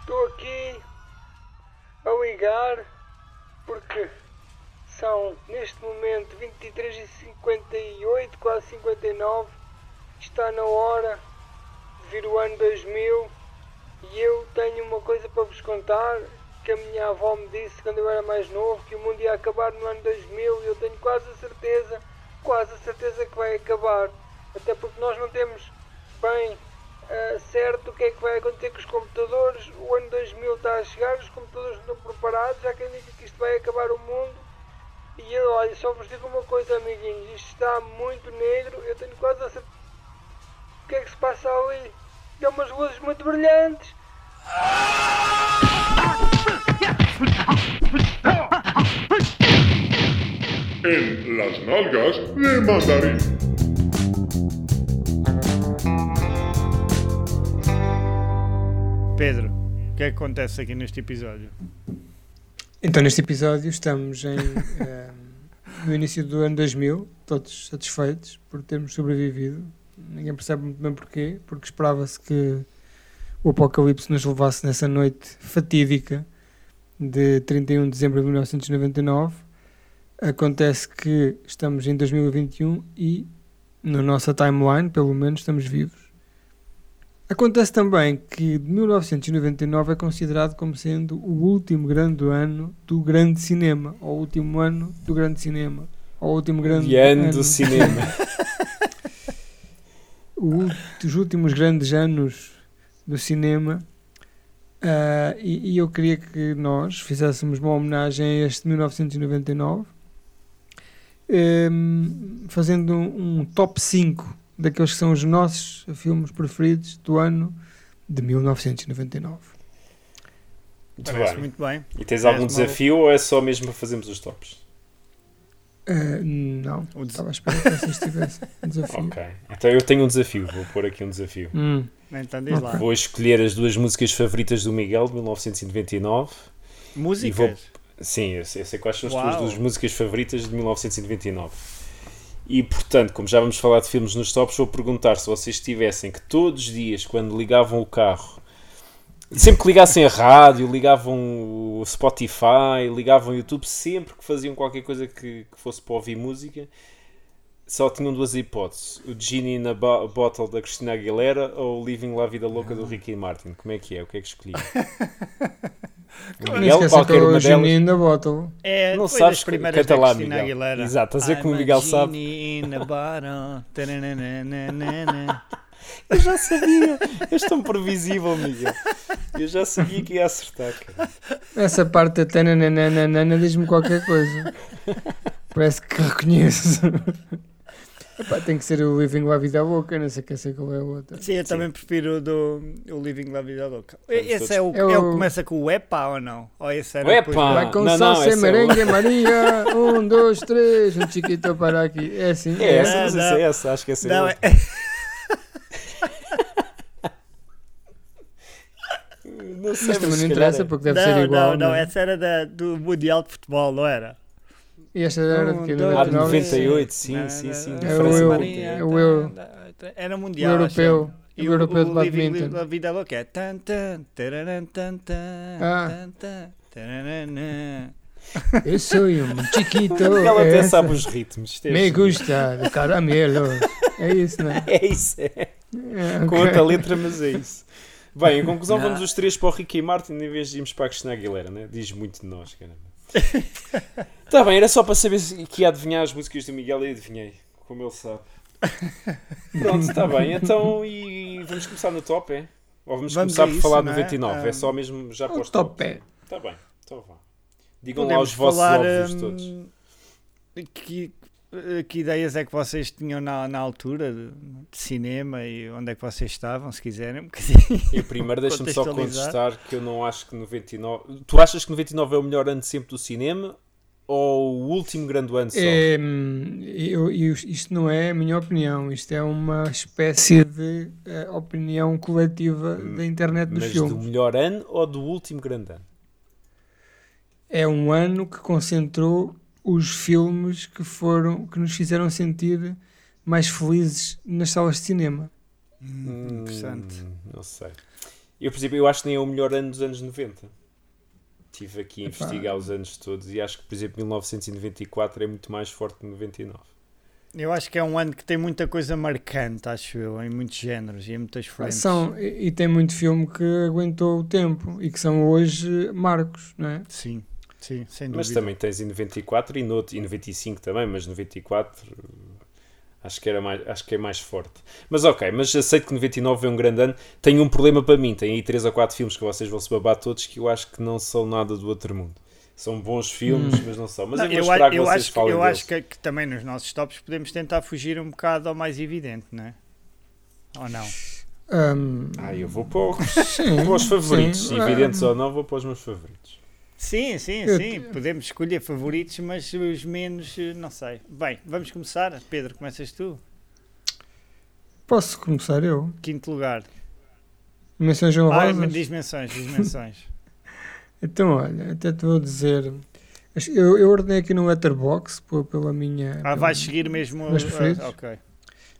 Estou aqui a ligar porque são neste momento 23 e 58, quase 59. Está na hora de vir o ano 2000 e eu tenho uma coisa para vos contar que a minha avó me disse quando eu era mais novo que o mundo ia acabar no ano 2000 e eu tenho quase a certeza, quase a certeza que vai acabar. Até porque nós não temos bem Uh, certo o que é que vai acontecer com os computadores. O ano 2000 está a chegar, os computadores não estão preparados, já quem diga que isto vai acabar o mundo. E eu, olha, só vos digo uma coisa, amiguinhos, isto está muito negro, eu tenho quase a certeza. O que é que se passa ali? Deu umas luzes muito brilhantes. En las nalgas de mandarín. Pedro, o que é que acontece aqui neste episódio? Então, neste episódio, estamos em, eh, no início do ano 2000, todos satisfeitos por termos sobrevivido. Ninguém percebe muito bem porquê, porque esperava-se que o apocalipse nos levasse nessa noite fatídica de 31 de dezembro de 1999. Acontece que estamos em 2021 e, na nossa timeline, pelo menos, estamos vivos. Acontece também que 1999 é considerado como sendo o último grande ano do grande cinema, ou o último ano do grande cinema, ou o último grande E ano do cinema. o ult- os últimos grandes anos do cinema. Ah, e, e eu queria que nós fizéssemos uma homenagem a este 1999, ehm, fazendo um, um top 5 daqueles que são os nossos filmes preferidos do ano de 1999. Muito Parece bem. muito bem. E tens parece algum mal. desafio ou é só mesmo para fazermos os tops? Ah, não, O des- estava à espera que vocês tivessem um desafio. Ok. Então eu tenho um desafio, vou pôr aqui um desafio. Hum, Então diz lá. Vou escolher as duas músicas favoritas do Miguel de 1999. Músicas? Sim, eu sei, eu sei quais são as Uau. tuas duas músicas favoritas de 1999. E portanto, como já vamos falar de filmes nos tops, vou perguntar se vocês tivessem que todos os dias, quando ligavam o carro, sempre que ligassem a rádio, ligavam o Spotify, ligavam o YouTube, sempre que faziam qualquer coisa que, que fosse para ouvir música, só tinham duas hipóteses: o Genie na Bo- Bottle da Cristina Aguilera ou o Living La Vida Louca do Ricky Martin. Como é que é? O que é que escolhi? nem esqueça que eu Janine da Bottle. É, Não foi sabes das que- primeiras canta da lá, Cristina Miguel. Aguilera. Exato, estás a ver que o I'm Miguel sabe. genie in a bottle. Tarananana. Eu já sabia. És tão previsível, Miguel. Eu já sabia que ia acertar. Cara. Essa parte da tananana diz-me qualquer coisa. Parece que reconheço. Epá, tem que ser o Living La Vida Louca, não sei que sei qual é a outra. Sim, eu também prefiro o do o Living La Vida Louca. todos- Esse é o, É o- é o que começa com o Epa ou não? Ou esse era O depois Epa! do- Vai com não, não, salsa e essa é merengue, Maria. Um, dois, três. Um chiquito para aqui. É assim. É essa, Não, não sei não. se é essa. Acho que essa é Não, é- outra. é- Não sei, Mas também se não calhar interessa é. porque deve não, ser igual. não, não, é? essa era da, do Mundial de Futebol, não era? E esta era Um, de que? dois, Ah, de 99? 98, sim, sim, sim. É o Diferença eu- muito grande. é o eu- Era O mundial. Um europeu. acho. O europeu de Living badminton. La vida louca é. Tan, tan, tararan, tan, tan, Ah. tan, tan, tararanã. Eu sou um chiquito. é Ela até essa. sabe os ritmos. isto é Me giro. gusta de caramelo. É isso, não é? É isso, é. É, Com ok. outra letra, mas é isso. Bem, em conclusão, Não. vamos os três para o Ricky Martin em vez de irmos para a Cristina Aguilera, né? Diz muito de nós, caramba. Está bem, era só para saber se que ia adivinhar as músicas do Miguel e adivinhei, como ele sabe. Pronto, está bem, então e vamos começar no top, é? Ou vamos, Vamos começar a por isso, falar de não é? 99, é? Ah, só mesmo já para O os top. top é. Está bem, então vá. Digam lá Podemos os vossos falar. óbvios hum, todos. que, que ideias é que vocês tinham na, na altura de, de cinema e onde é que vocês estavam, se quiserem? um bocadinho. Eu primeiro deixa-me só contextualizar. contestar que eu não acho que 99. Tu achas que 99 é o melhor ano de sempre do cinema ou o último grande ano só? É, hum, eu, eu- isto não é a minha opinião, isto é uma espécie de eh, opinião coletiva da internet dos Mas do filmes. melhor ano ou do último grande ano? É um ano que concentrou os filmes que foram que nos fizeram sentir mais felizes nas salas de cinema. Hum, interessante. não sei. Eu, por exemplo, eu acho que nem é o melhor ano dos anos 90. Estive aqui a investigar os anos todos e acho que, por exemplo, 1994 é muito mais forte que 99. Eu acho que é um ano que tem muita coisa marcante, acho eu, em muitos géneros e em muitas frentes. Ah, São, e, e tem muito filme que aguentou o tempo e que são hoje marcos, não é? Sim, sim, sem dúvida. Mas também tens em 94 e, no, e 95 também, mas 94 eh, acho que, era mais, acho que é mais forte. Mas ok, mas aceito que 99 é um grande ano. Tem um problema para mim, tem aí 3 ou 4 filmes que vocês vão se babar todos que eu acho que não são nada do outro mundo. São bons filmes, mas não são. Mas Hum. Não, eu vou eu, esperar a- que eu vocês acho, que, falem eu deles. acho que, que também nos nossos tops podemos tentar fugir um bocado ao mais evidente, não é? Ou não? Ahm, Ah, eu vou para os, sim, para os favoritos, sim. evidentes Ah, ou não, vou para os meus favoritos. Sim, sim, Eu sim. Podemos escolher favoritos, mas os menos, eh, não sei. Bem, vamos começar. Pedro, começas tu. Posso começar eu? Quinto lugar. Menções Ah, honrosas? mas diz menções, diz menções. Então, olha, até te vou dizer. Eu, eu ordenei aqui no Letterboxd pô, pela minha. Ah, pela- vais seguir mesmo. Meus ah, preferidos? ok.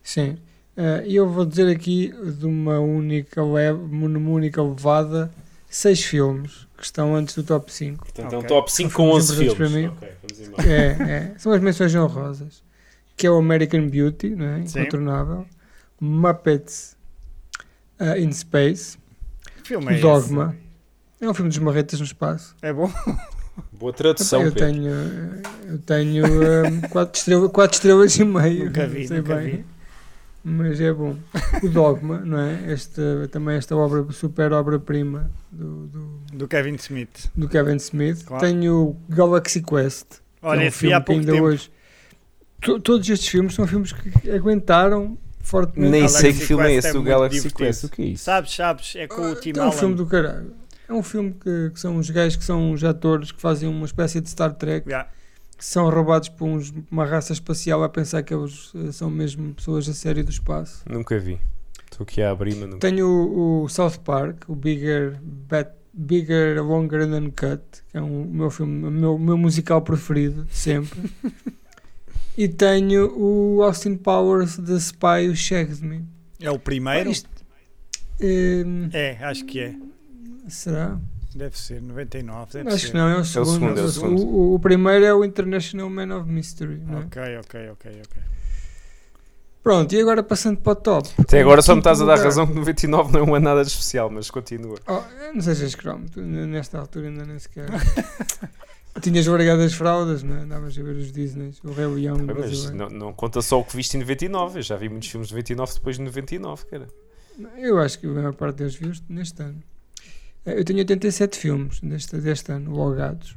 Sim. Eh, E eu vou dizer aqui de uma única, leve, numa única levada, seis filmes que estão antes do top 5. Portanto, é um Ok. top 5 com São 11 filmes filmes. importantes Ok, vamos embora. É, é. São as menções honrosas. Que é o American Beauty, não é? Sim. Incontornável. Muppets eh, in Space. Que filme é esse? Dogma. É um filme dos marretas no espaço. É bom? Boa tradução, eu Pedro. tenho, eh, eu tenho eh, quatro, estrela, quatro estrelas e meio. Nunca vi, não sei nunca bem, vi. Mas é bom. O Dogma, não é? Esta, também esta obra, super obra-prima do, do, Do Kevin Smith. do Kevin Smith. Claro. Tenho o Galaxy Quest. que Olha, é um esse vi há filme que pouco ainda tempo. hoje. To- todos estes filmes são filmes que aguentaram fortemente. Nem Galaxy sei que filme é Quest é esse, do muito Galaxy divertido. Quest. O que é isso? Sabes, sabes, é com o Tim É um Allen. filme do caralho. É um filme que, que são uns gajos que são uns atores que fazem uma espécie de Star Trek. Yeah. que são roubados por uns- uma raça espacial a pensar que eles eh, são mesmo pessoas a sério do espaço. Nunca vi. Estou aqui a abrir, mas nunca. Tenho o, o South Park, o Bigger, Bet- Bigger Longer Than Cut, que é um- o meu filme, o meu, o meu musical preferido de sempre. e tenho o Austin Powers The Spy Who Shagged Me. É o primeiro? Isto- Hum, É, acho que é. será? Deve ser, 99. Deve Acho ser. que não, é o segundo. segundo, é o segundo. o- o primeiro é o International Man of Mystery. não é? Ok, ok, ok, ok. Pronto, e agora passando para o top. Até agora só me Quinto estás a dar lugar. razão que 99 não é um ano nada de especial, mas continua. Oh, não sejas cromo, tu n- nesta altura ainda nem sequer. Tinhas largado as fraldas, não é? Andavas a ver os Disneys, o Rei Leão, o Ah, Mas é. brasileiro. não, não conta só o que viste em 99. Eu já vi muitos filmes de 99 depois de 99, cara. Eu acho que a maior parte deles viu neste ano. Eh, Eu tenho 87 filmes deste, deste ano, logados.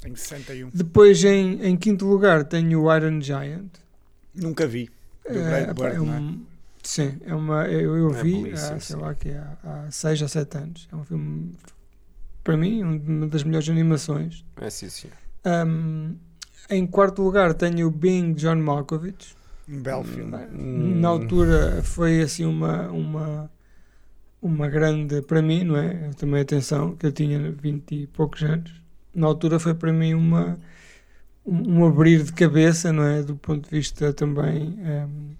Tenho 61. Depois, em, em quinto lugar, tenho o Iron Giant. Nunca vi. Do Eh, Brad epá, Bird, é não é? um- Sim, é uma, eu, eu É vi belíssimo, há, sei sim. lá, que é há, há 6 ou 7 anos. É um filme, para mim, um, uma das melhores animações É sim, sim. Um, em quarto lugar tenho o Bing John Malkovich. Um belo filme. Hum. Na altura foi assim uma, uma, uma grande para mim, não é? Eu Também atenção, que eu tinha 20 e poucos anos. Na altura foi para mim uma um um abrir de cabeça, não é? Do ponto de vista também, um,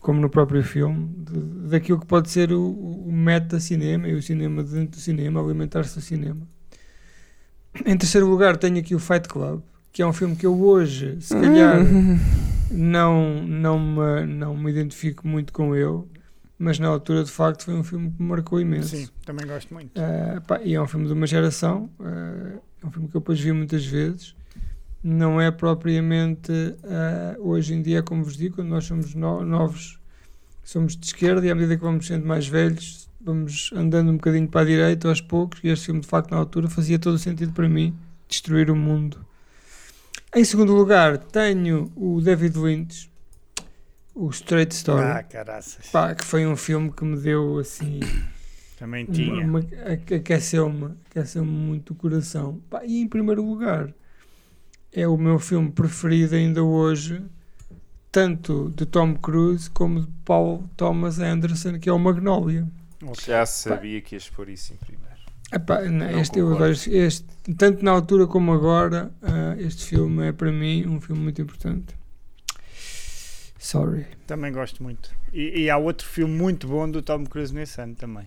como no próprio filme, de- daquilo que pode ser o, o meta-cinema e o cinema dentro do cinema, alimentar-se do cinema. Em terceiro lugar tenho aqui o Fight Club, que é um filme que eu hoje, se calhar, não, não, me, não me identifico muito com ele, mas na altura de facto foi um filme que me marcou imenso. Sim, também gosto muito. Ah, pá, e é um filme de uma geração, ah, é um filme que eu depois vi muitas vezes. Não é propriamente ah, hoje em dia, como vos digo, quando nós somos no- novos, somos de esquerda e à medida que vamos sendo mais velhos, vamos andando um bocadinho para a direita aos poucos. E este filme, de facto, na altura fazia todo o sentido para mim destruir o mundo. Em segundo lugar, tenho o David Lynch, o Straight Story, Ah, caraças. tá pá, que foi um filme que me deu assim Também uma- tinha. uma- aque- Aqueceu-me, aqueceu-me muito o coração. Pá, e em primeiro lugar, é o meu filme preferido ainda hoje, tanto de Tom Cruise como de Paul Thomas Anderson, que é o Magnolia. Já sabia que ias pôr isso em primeiro. Epá, não, Não este, eu concordo. adoro este- este- tanto na altura como agora, ah, este filme é para mim um filme muito importante. Sorry. Também gosto muito. E, e há outro filme muito bom do Tom Cruise nesse ano também.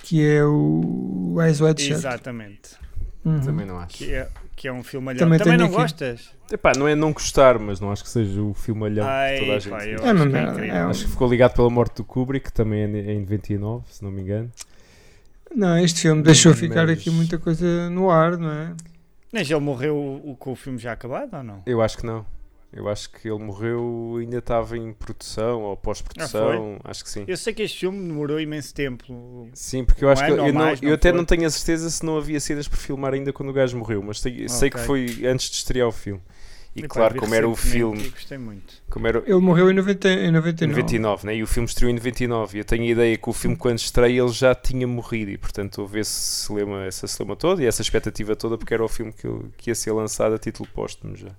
que é o Eyes Wide Shut. Exatamente. Uhum. Também não acho. Que é, que é um filme alhão. Também Também, tenho não aqui. gostas? Epá, não é não gostar, mas não acho que seja o filme alhão Ai, que toda a gente. pá, eu É uma acho que é merda, incrível. é um- Acho que ficou ligado pela morte do Kubrick, que também é em 99, se não me engano. Não, este filme deixou ficar Mas- aqui muita coisa no ar, não é? Mas ele morreu o- com o filme já acabado ou não? Eu acho que não. Eu acho que ele morreu, ainda estava em produção ou Ah, pós-produção. acho que sim. Eu sei que este filme demorou imenso tempo. Sim, porque eu Um acho que ano ou eu, não- mais, eu não até foi? não tenho a certeza se não havia cenas por filmar ainda quando o gajo morreu, mas sei, sei que Ok. foi antes de estrear o filme. E Epá, claro, vi como era o recentemente filme, e Gostei muito. como era Ele morreu em, 90, em em 99. 99, né? E o filme estreou em 99. E eu tenho a ideia que o filme quando estreia ele já tinha morrido e portanto houve esse celema, essa celema toda e essa expectativa toda porque era o filme que, eu- que ia ser lançado a título póstumo já.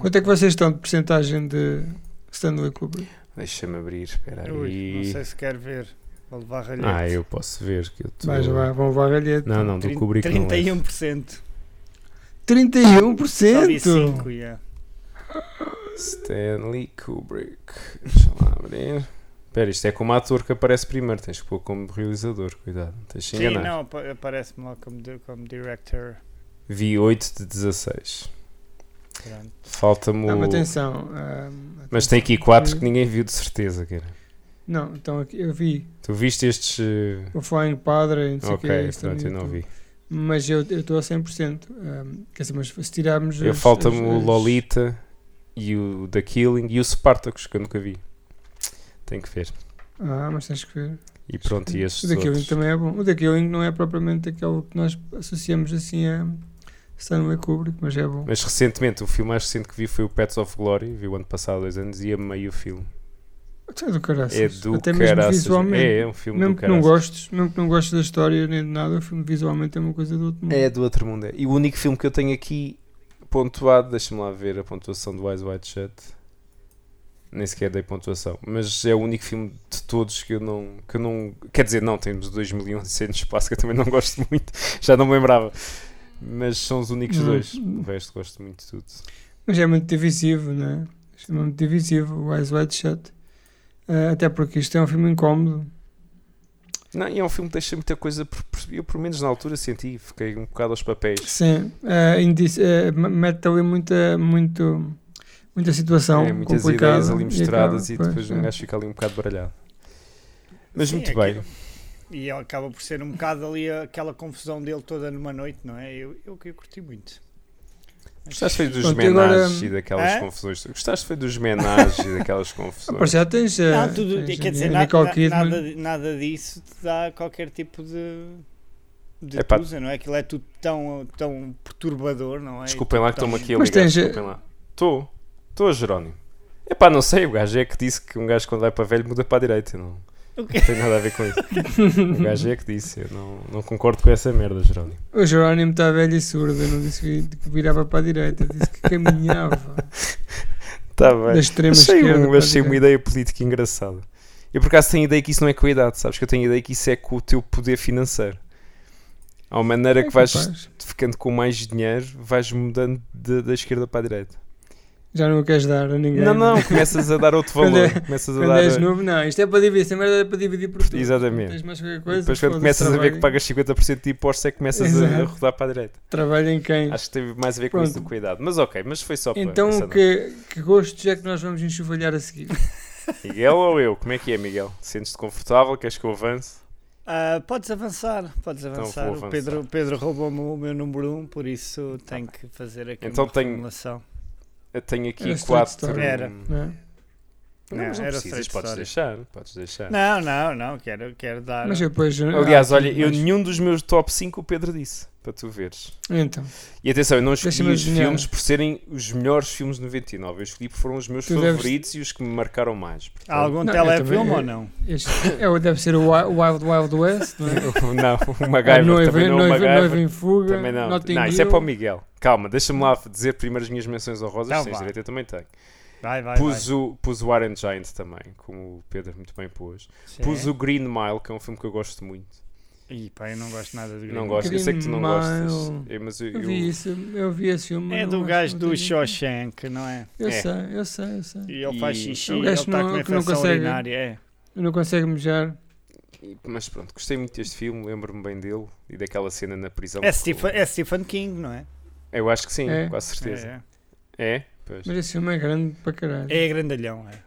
Quanto é que vocês estão de porcentagem de Stanley Kubrick? Deixa-me abrir, espera aí. Ui, não sei se quer ver. Vou levar ralhete. Ah, eu posso ver que eu tô... Vais lá, vão levar galhete. Não, não, do Trin- Kubrick não é. 31%. Só vi 31%! 5, yeah. Stanley Kubrick. Deixa lá abrir. Espera, isto é como ator que aparece primeiro, tens que pôr como realizador, cuidado, não é? tens de Sim, enganar. não, apa- aparece-me lá como, di- como director. Vi 8 de 16. Pronto. Falta-me Não, o... Ah, mas atenção. ahm, Mas tem aqui 4 que ninguém viu de certeza, cara. Não, então aqui eu vi Tu viste estes. eh, o Flying Padre, não sei o ok, que é isto pronto, eu não vi. Mas eu eu estou a 100%. ahm, ah, quer dizer, mas se tirarmos. Eu as- falta-me as- o as- Lolita e o The Killing e o Spartacus, que eu nunca vi. Tenho que ver. Ah, mas tens que ver. E pronto, e estes. O The Killing outros. também é bom. O The Killing não é propriamente aquele que nós associamos assim a Stanley Kubrick, mas é bom. Mas recentemente, o filme mais recente que vi foi o Pets of Glory, vi o ano passado, há dois anos, e amei o filme. Até do caraças. É do Ah, Até mesmo caraças. visualmente. É, é um filme mesmo do que não caraças. gostes, mesmo que não gostes da história nem de nada, o filme visualmente é uma coisa do outro mundo. É do outro mundo. é. E o único filme que eu tenho aqui pontuado, deixa-me lá ver a pontuação do Eyes Wide Shut. Nem sequer dei pontuação, mas é o único filme de todos que eu não. Que eu não quer dizer, não, temos o 2100 no espaço que eu também não gosto muito, já não me lembrava. Mas são os únicos Hum. dois. O resto gosto muito de tudo. Mas é muito divisivo, não é? Isto é muito divisivo, o Eyes Wide Shut. Ah, até porque isto é um filme incómodo. Não, e é um filme que deixa muita coisa. por- por- Eu, pelo menos na altura, senti, fiquei um bocado aos papéis. Sim, ah, indice- ah, ma- mete ali muita, muito, muita situação é, muitas complicada. ideias ali e misturadas e, acaba, depois pois, um é. gajo fica ali um bocado baralhado. Mas Sim, muito é que- bem. E ele acaba por ser um bocado ali aquela confusão dele toda numa noite, não é? Eu, eu, eu curti muito. Gostaste foi dos Pronto, e menagens agora- e daquelas Hã? confusões? Gostaste foi dos menagens e daquelas Ah, para confusões? já tens. ah, Não, tudo, tens quer a dizer, na- Nicole na- Kidman. nada, nada disso te dá qualquer tipo de, de Epá. tusa, não é? Aquilo é tudo tão, tão perturbador, não é? Desculpem lá que estou-me aqui a Mas ligar. tens- eh, Desculpem lá. Estou. Estou, Jerónimo. Epá, não sei, o gajo é que disse que um gajo quando vai para velho muda para a direita. Não, O quê? não tem nada a ver com isso. o gajo é que disse. Eu não, não concordo com essa merda, Jerónimo. O Jerónimo está velho e surdo, não disse que- que virava para a direita, disse que caminhava Está bem. da extrema achei, esquerda. um, para a achei uma direita. ideia política engraçada. Eu por acaso tenho a ideia que isso não é com a idade, sabes? Que eu tenho a ideia que isso é com o teu poder financeiro. Há uma maneira que É vais capaz. ficando com mais dinheiro, vais mudando de- da esquerda para a direita. Já não o queres dar a ninguém. Não, não, começas a dar outro Quando valor. é- começas a Quando dar. és novo, não, isto é para dividir, esta merda é para dividir por tudo. Exatamente. Tens mais qualquer E coisa, depois, quando foda-se, começas a ver que trabalha- pagas 50% de impostos, é que começas a- a, Exato. rodar para a direita. Trabalha em quem? Acho que teve mais a ver com Pronto. isso do que com a idade. Mas ok, mas foi Ah, só para. Então, essa que, que gostos é que nós vamos enxovalhar a seguir? nota. Miguel ou eu? Como é que é, Miguel? Sentes-te confortável? Queres que eu avance? Ah, podes avançar, podes Então vou avançar. avançar. O Pedro, o Pedro roubou-me o meu número 1, um, por isso tenho que fazer aqui Então uma tenho- formulação. Eu tenho Era aqui Straight quatro. Story. Era. Não, não é? Não, mas não era precisas, Straight podes Story. deixar. Podes deixar. Não, não, não, quero, quero dar. Mas eu depois. Aliás, ah, olha, eu mas- nenhum dos meus top 5 o Pedro disse, para tu veres. Então, E atenção, eu não escolhi Deixa-me os adivinhar. filmes por serem os melhores filmes de 99. Eu escolhi porque foram os meus Tu deves- Ah, favoritos e os que me marcaram mais. Portanto, Há algum Não, eu telefilme também- ou não? este é, o- deve ser o Wi- Wild Wild West, não é? não, o MacGyver Ah, noiva, também não. o noiva, MacGyver noiva em fuga. também não. Notting Não, isso é Hill. para o Miguel. Calma, deixa-me lá dizer primeiro as minhas menções honrosas. Então se vá. tens direito, eu também tenho. Vai, vai, Pus o, pus o Iron Giant também, como o Pedro muito bem pôs. vai. É. Pus Sim. o Green Mile, que é um filme que eu gosto muito. Ih, pá, eu não gosto nada de Não Green gosto, eu sei que tu não Green gostas. Mile. É, mas eu, Eu eu- vi isso, eu vi esse filme. É não do acho gajo que do não tenho- Shawshank, não é? Eu É. sei, eu sei, eu sei. E ele faz E- xixi, É um ele gajo está não- com uma que não infecção consegue. urinária, é. Eu não consegue mejar. E- Mas pronto, gostei muito deste filme, lembro-me bem dele e daquela cena na prisão. É que- Stephen, é Stephen King, não é? Eu acho que sim, É. com quase certeza. É, É? Pois. Mas esse filme é grande para caralho. é grandalhão, é.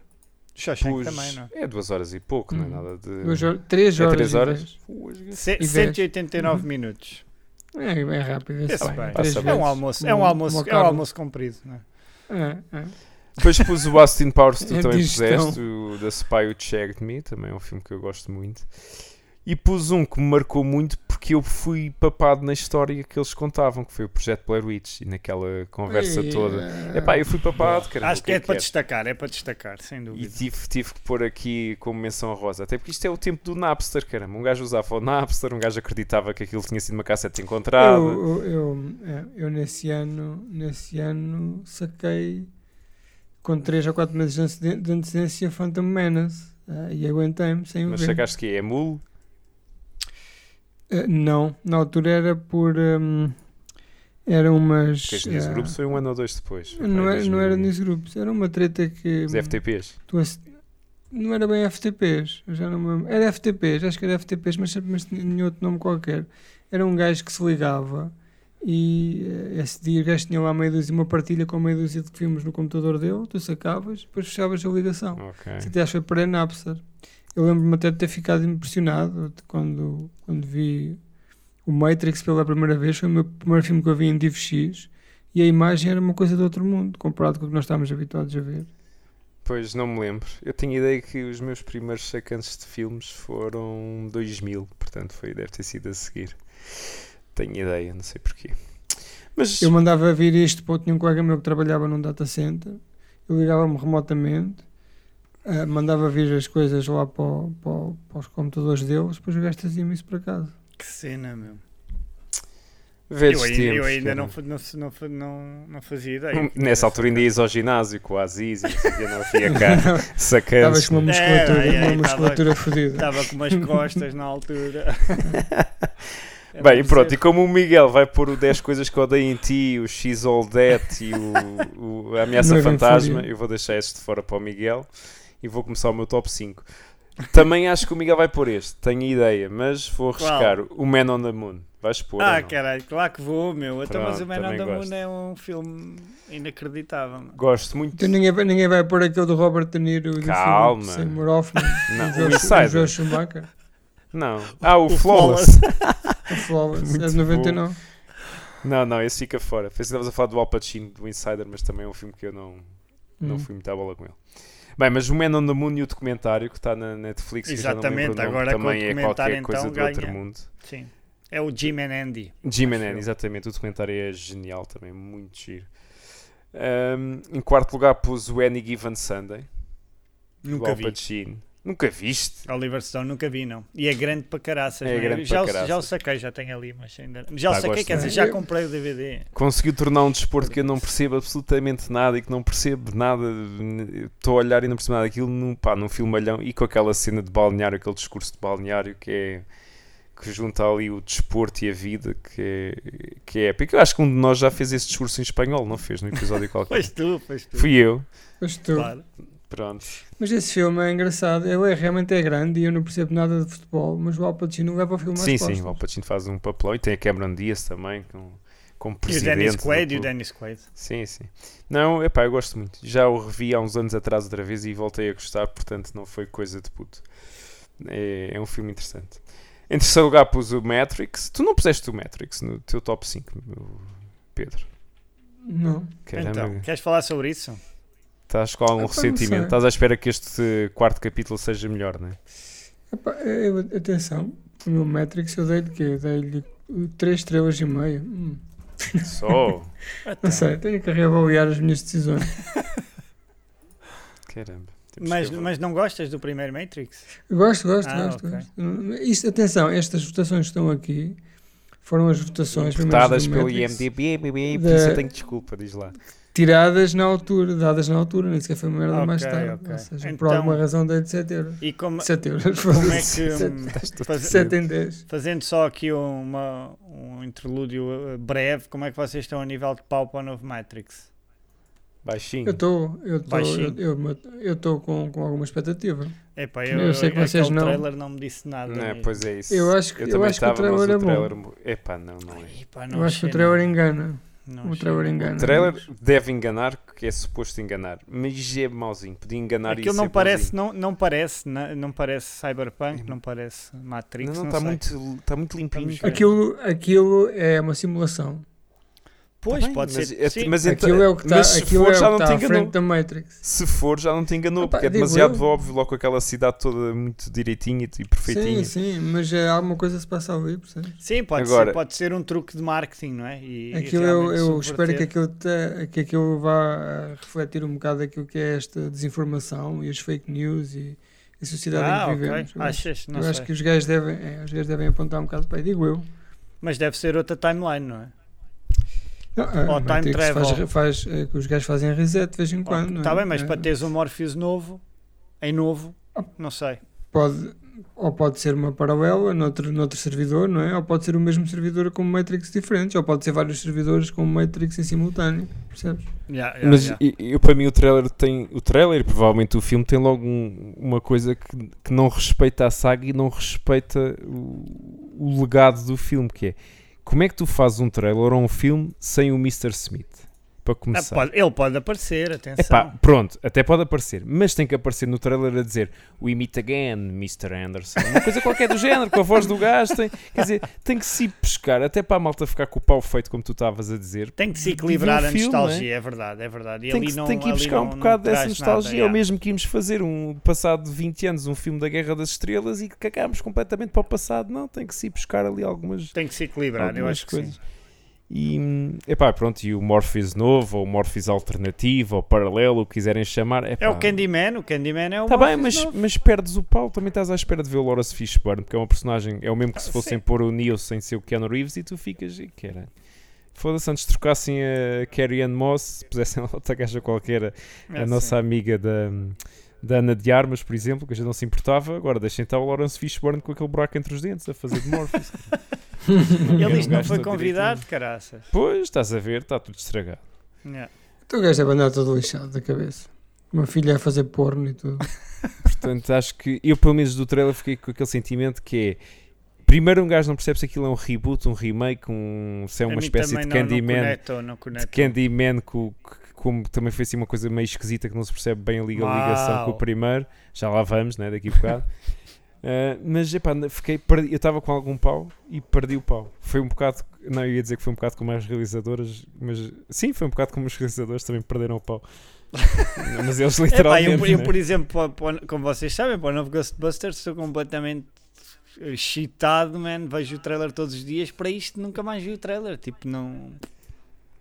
Shawshank Pus- também, não é? É duas horas e pouco, não é Hum. nada de. Duas horas, três É horas. três e horas? dez. Ce- E 189 dez. minutos. É, é rápido. Esse Esse bem. bem. Passa Três bem. É vezes. um almoço, é um Uma- almoço, uma é um carne. almoço comprido, não é? É, é. Depois pus o Austin Powers, que tu É também digestão. puseste, o The Spy Who Shagged Me, também é um filme que eu gosto muito. E pus um que me marcou muito porque eu fui papado na história que eles contavam, que foi o Projeto Blair Witch, e naquela conversa E- eh, toda. Epá, eu fui papado, caramba, Acho o que é que para é? destacar, é para destacar, sem E dúvida. tive, tive que pôr aqui como menção rosa. Até porque isto é o tempo do Napster, caramba. Um gajo usava o Napster, um gajo acreditava que aquilo tinha sido uma cassete encontrada. Eu, eu, eu, é, eu nesse ano, nesse ano saquei com 3 ou 4 meses de anteceden- de antecedência Phantom Menace ah, e aguentei-me sem o Mas ver. sacaste que é mul? Ah, não, na altura era por. hum, era umas. Porque as minhas ah, grupos foi um ano ou dois depois. não, Foi era, em não era 2000. newsgroups, era uma treta que. Os FTPs. tu ass- não era bem FTPs, eu já não me lembro. Era FTPs, acho que era FTPs, mas, mas tinha outro nome qualquer. Era um gajo que se ligava e eh, esse dia o gajo tinha lá meia dúzia, uma partilha com meia dúzia de filmes no computador dele, tu sacavas, depois fechavas a ligação. Ok. Se até acho que foi pré-Napster. Eu lembro-me até de ter ficado impressionado de quando, quando vi o Matrix pela primeira vez, foi o meu primeiro filme que eu vi em DivX e a imagem era uma coisa do outro mundo, comparado com o que nós estávamos habituados a ver. Pois não me lembro. Eu tenho ideia que os meus primeiros sacantes de filmes foram 2000, portanto foi, deve ter sido a seguir. Tenho ideia, não sei porquê. Mas Eu mandava vir isto, pô, tinha um colega meu que trabalhava num data center, eu ligava-me remotamente, ah, mandava vir as coisas lá para, o- para o- para os computadores deles, depois o gajo trazia-me isso para casa. Que cena, meu. eu, ainda, eu velhos tempos, ainda cara. Hum, não, fa- não, fa- não, fa- não, não fazia ideia. Nessa altura ainda ias ao ginásio com o Aziz e não sei o quê, não havia cá sacantes. Estavas com uma É, é, musculatura, é, uma estava- musculatura fodida. Estava com umas costas na altura. Era Bem, e um pronto, e bezerro. como o Miguel vai pôr o 10 coisas que odeio em ti, o X All That e o, o- a Ameaça Noiva em Fantasma, Fúria. eu vou deixar este de fora para o Miguel e vou começar o meu top 5. Também acho que o Miguel vai pôr este, tenho ideia, mas vou arriscar o Man on the Moon. Vais pôr. ou Ah, não? caralho, claro que vou, meu. Então, mas o Pronto, Man on também the Moon gosto. é um filme inacreditável. mano. Gosto muito. Então ninguém, vai- ninguém vai pôr aquele do Robert De Niro e do Calma. Philip Seymour Hoffman, do Não, o Josh- do Josh Insider. Schumacher, Não. Ah, o, O Flawless. o Flawless, Muito é de 99. Não, não, esse fica fora. Pensei que estavas a falar do Al Pacino, do Insider, mas também é um filme que eu não, não Hum. fui muito à bola com ele. Bem, mas o Man on the Moon e o documentário que está na Netflix, que eu já não lembro o Exatamente, nome, agora com o também é documentário, qualquer então, coisa do outro ganha. mundo. Sim. É o Jim and Andy. Jim and Acho Ann, eu. exatamente, o documentário é genial também, muito giro. Ahm, em quarto lugar pus o Any Given Sunday, do Nunca Al vi. Pacino. Nunca viste? Oliver Stone nunca vi, não. E é grande para caraças. É não grande já, para o- já o caraças. saquei, já tenho ali, mas ainda. Já o Pá, saquei, gosto quer dizer, muito. já comprei o DVD. Conseguiu tornar um desporto que eu não percebo absolutamente nada e que não percebo nada. n- Estou a olhar e não percebo nada daquilo num, pá, num filmalhão e com aquela cena de balneário, aquele discurso de balneário que é que junta ali o desporto e a vida, que é, que é épico. Eu acho que um de nós já fez esse discurso em espanhol, não fez? Num episódio qualquer. Pois tu, pois tu. Fui eu. Mas tu- Claro. Pronto. Mas esse filme é engraçado. Ele é, realmente é grande e eu não percebo nada de futebol, mas o Al Pacino leva o filme às Sim, costas. sim, o Al Pacino faz um papelão e tem a Cameron Diaz também, com, E como o presidente. Dennis do Quaid e o clube. Dennis Quaid. Sim, sim. Não, epá, eu gosto muito. Já o revi há uns anos atrás outra vez e voltei a gostar, portanto não foi coisa de puto. É, é um filme interessante. Em terceiro lugar pus o Matrix. Tu não puseste o Matrix no teu top 5, meu Pedro. Não. Caramba, Então, queres falar sobre isso? estás com algum Epá, não sei. ressentimento. Estás à espera que este quarto capítulo seja melhor, não é? Epá, eu- atenção, o meu Matrix eu dei-lhe quê? Eu Dei-lhe 3 estrelas e meia. Hum, Só. Então, Tá. não sei, tenho que reavaliar as minhas decisões. Caramba. temos Mas, que- mas não gostas do primeiro Matrix? Gosto, gosto, Ah, gosto. ok. gosto. Hum, Isto, atenção, estas votações que estão aqui foram as votações primeiras Votadas do pelo Matrix, IMDB, por isso eu Da- tenho desculpa, diz lá. tiradas na altura, dadas na altura, nem sequer foi uma merda mais Ok, tarde. ok. Ou seja, por Então- alguma razão dei-lhe 7 euros. E como, 7 euros, como é que. 7, hum, faz- 7 em 10. Fazendo só aqui uma, um interlúdio eh, breve, como é que vocês estão a nível de pau para o novo Matrix? Baixinho. Eu estou eu tô, Baixinho. eu, eu, eu tô com, com alguma expectativa. Epá, Eu eu, sei que vocês aquele não- trailer não me disse nada. né? Não, mesmo. pois é isso. Eu acho que- eu também acho que o estava, mas trailer é bom. mo- Epá, não, não é. Epá, eu não acho que achei o trailer nada. engana. Não O achei trailer nada. engana. O Uhum. trailer deve enganar, que é suposto enganar, mas é mauzinho. Podia enganar e Aquilo ser não parece, bonzinho. não, não parece, na- não parece Cyberpunk, não parece Matrix, não, Não, não, está sei. muito, tá muito limpinho. Vamos ver. cara. Aquilo, aquilo é uma simulação. Pois, Tá bem, pode mas ser. é- sim. mas então- Aquilo é o que está mas se for, já é não te tá à enganou. frente da Matrix. Se for, já não te enganou, Opa, porque é digo demasiado eu. óbvio, logo com aquela cidade toda muito direitinha e Sim, perfeitinha. sim, mas é, alguma coisa se passa ali, percebes? Sim, pode, Agora- ser, pode ser um truque de marketing, não é? E, e Aquilo eu, realmente eu espero que subverter. aquilo, te- que aquilo vá a refletir um bocado aquilo que é esta desinformação e as fake news e a sociedade Ah, em que ok. vivemos. Eu acho- Achas? Não eu sei. acho que os gajos devem, é, os gajos devem apontar um bocado para aí, digo eu. Mas deve ser outra timeline, não é? Não, a Ou time Matrix faz- travel. faz, eh, que os gajos fazem reset de vez em quando. não é? Está bem, mas Eh, para teres um Morpheus novo, em novo, não sei. pode, ou pode ser uma paralela noutro, noutro servidor, não é? Ou pode ser o mesmo servidor com Matrix diferentes, ou pode ser vários servidores com Matrix em simultâneo, percebes? Já, já, Mas já. e- eu, para mim o trailer tem o trailer e provavelmente o filme tem logo um- uma coisa que, que não respeita a saga e não respeita o, o legado do filme que é como é que tu fazes um trailer ou um filme sem o Mr. Smith para Ah, começar? pode- ele pode aparecer, atenção. é. Epá, pronto, até pode aparecer, mas tem que aparecer no trailer a dizer We meet again, Mr. Anderson. Uma coisa qualquer do género, com a voz do gajo. Tem, quer dizer, tem que se pescar, até para a malta ficar com o pau feito, como tu estavas a dizer. Tem que se equilibrar Vi um a filme, nostalgia, é verdade, é verdade. E tem ali que, não, tem que ir ali buscar não- um não bocado dessa traz nostalgia. nada, é o já. mesmo que íamos fazer um passado de 20 anos, um filme da Guerra das Estrelas e que cagámos completamente para o passado. Não, tem que se ir buscar ali algumas, Tem que se equilibrar, eu algumas acho que coisas. sim. E hum, epá, pronto, e o Morpheus novo, ou o Morpheus alternativo, ou paralelo, o que quiserem chamar. É o Candyman, o Candyman é o Está Ah. Tá bem, Morpheus mas, novo. mas perdes o pau. Também estás à espera de ver o Lawrence Fishburne, porque é uma personagem. É o mesmo que se Ah, fossem sim. pôr o Neo sem ser o Keanu Reeves e tu ficas. "Ih, Caralho. Foda-se, antes trocassem a Carrie Ann Moss, pusessem outra gaja qualquer É, a sim. nossa amiga da, da Ana de Armas, por exemplo, que a gente não se importava. Agora deixem estar o Lawrence Fishburne com aquele buraco entre os dentes a fazer de Morpheus. Ele isto Um não gajo foi todo convidado, caraças. pois, estás a ver, está tudo estragado. Yeah. Então o gajo deve andar todo lixado da cabeça. O meu filho é a fazer porno e tudo. Portanto, acho que eu, pelo menos do trailer, fiquei com aquele sentimento que é. Primeiro, um gajo não percebe se aquilo é um reboot, um remake, um, se é A uma mim espécie de também não- Não Candyman. conectou, não De conectou. Candyman, co- que- como também foi assim uma coisa meio esquisita que não se percebe bem ali a ligação Mau. com o primeiro. Já lá vamos, né? Daqui a bocado. Ah, mas epá, na- fiquei, perdi- eu estava com algum pau e perdi o pau. Foi um bocado, não eu ia dizer que foi um bocado como as realizadoras, mas sim, foi um bocado como os realizadores também perderam o pau. mas eles Epá, literalmente. eu, eu, né? um, por exemplo, para- para- como vocês sabem, para o novo Ghostbusters estou completamente eh, excitado, man. Vejo o trailer todos os dias. Para isto nunca mais vi o trailer. Tipo, não.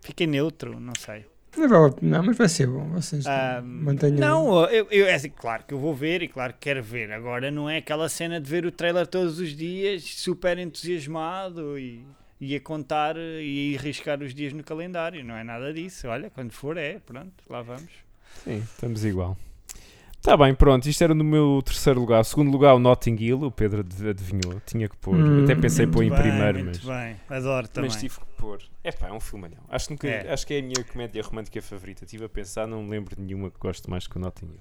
Fiquei neutro, não sei. Não, vale- não, mas vai ser bom. Vocês Ah, mantenham. um- Não, eu, eu- é assim, claro que eu vou ver e claro que quero ver. Agora não é aquela cena de ver o trailer todos os dias, super entusiasmado e, e a contar e arriscar os dias no calendário. Não é nada disso. Olha, quando for, é, pronto, lá vamos. Sim, estamos igual. Tá bem, pronto. Isto era no meu terceiro lugar. O segundo lugar, o Notting Hill. O Pedro ad- adivinhou. Tinha que pôr. Hum, Até pensei em pôr em Muito bem, primeiro, mas, muito bem. Adoro também. mas tive que pôr. É pá, é um filmalhão. Acho que, nunca- É. acho que é a minha comédia romântica favorita. Estive a pensar, não me lembro de nenhuma que gosto mais que o Notting Hill.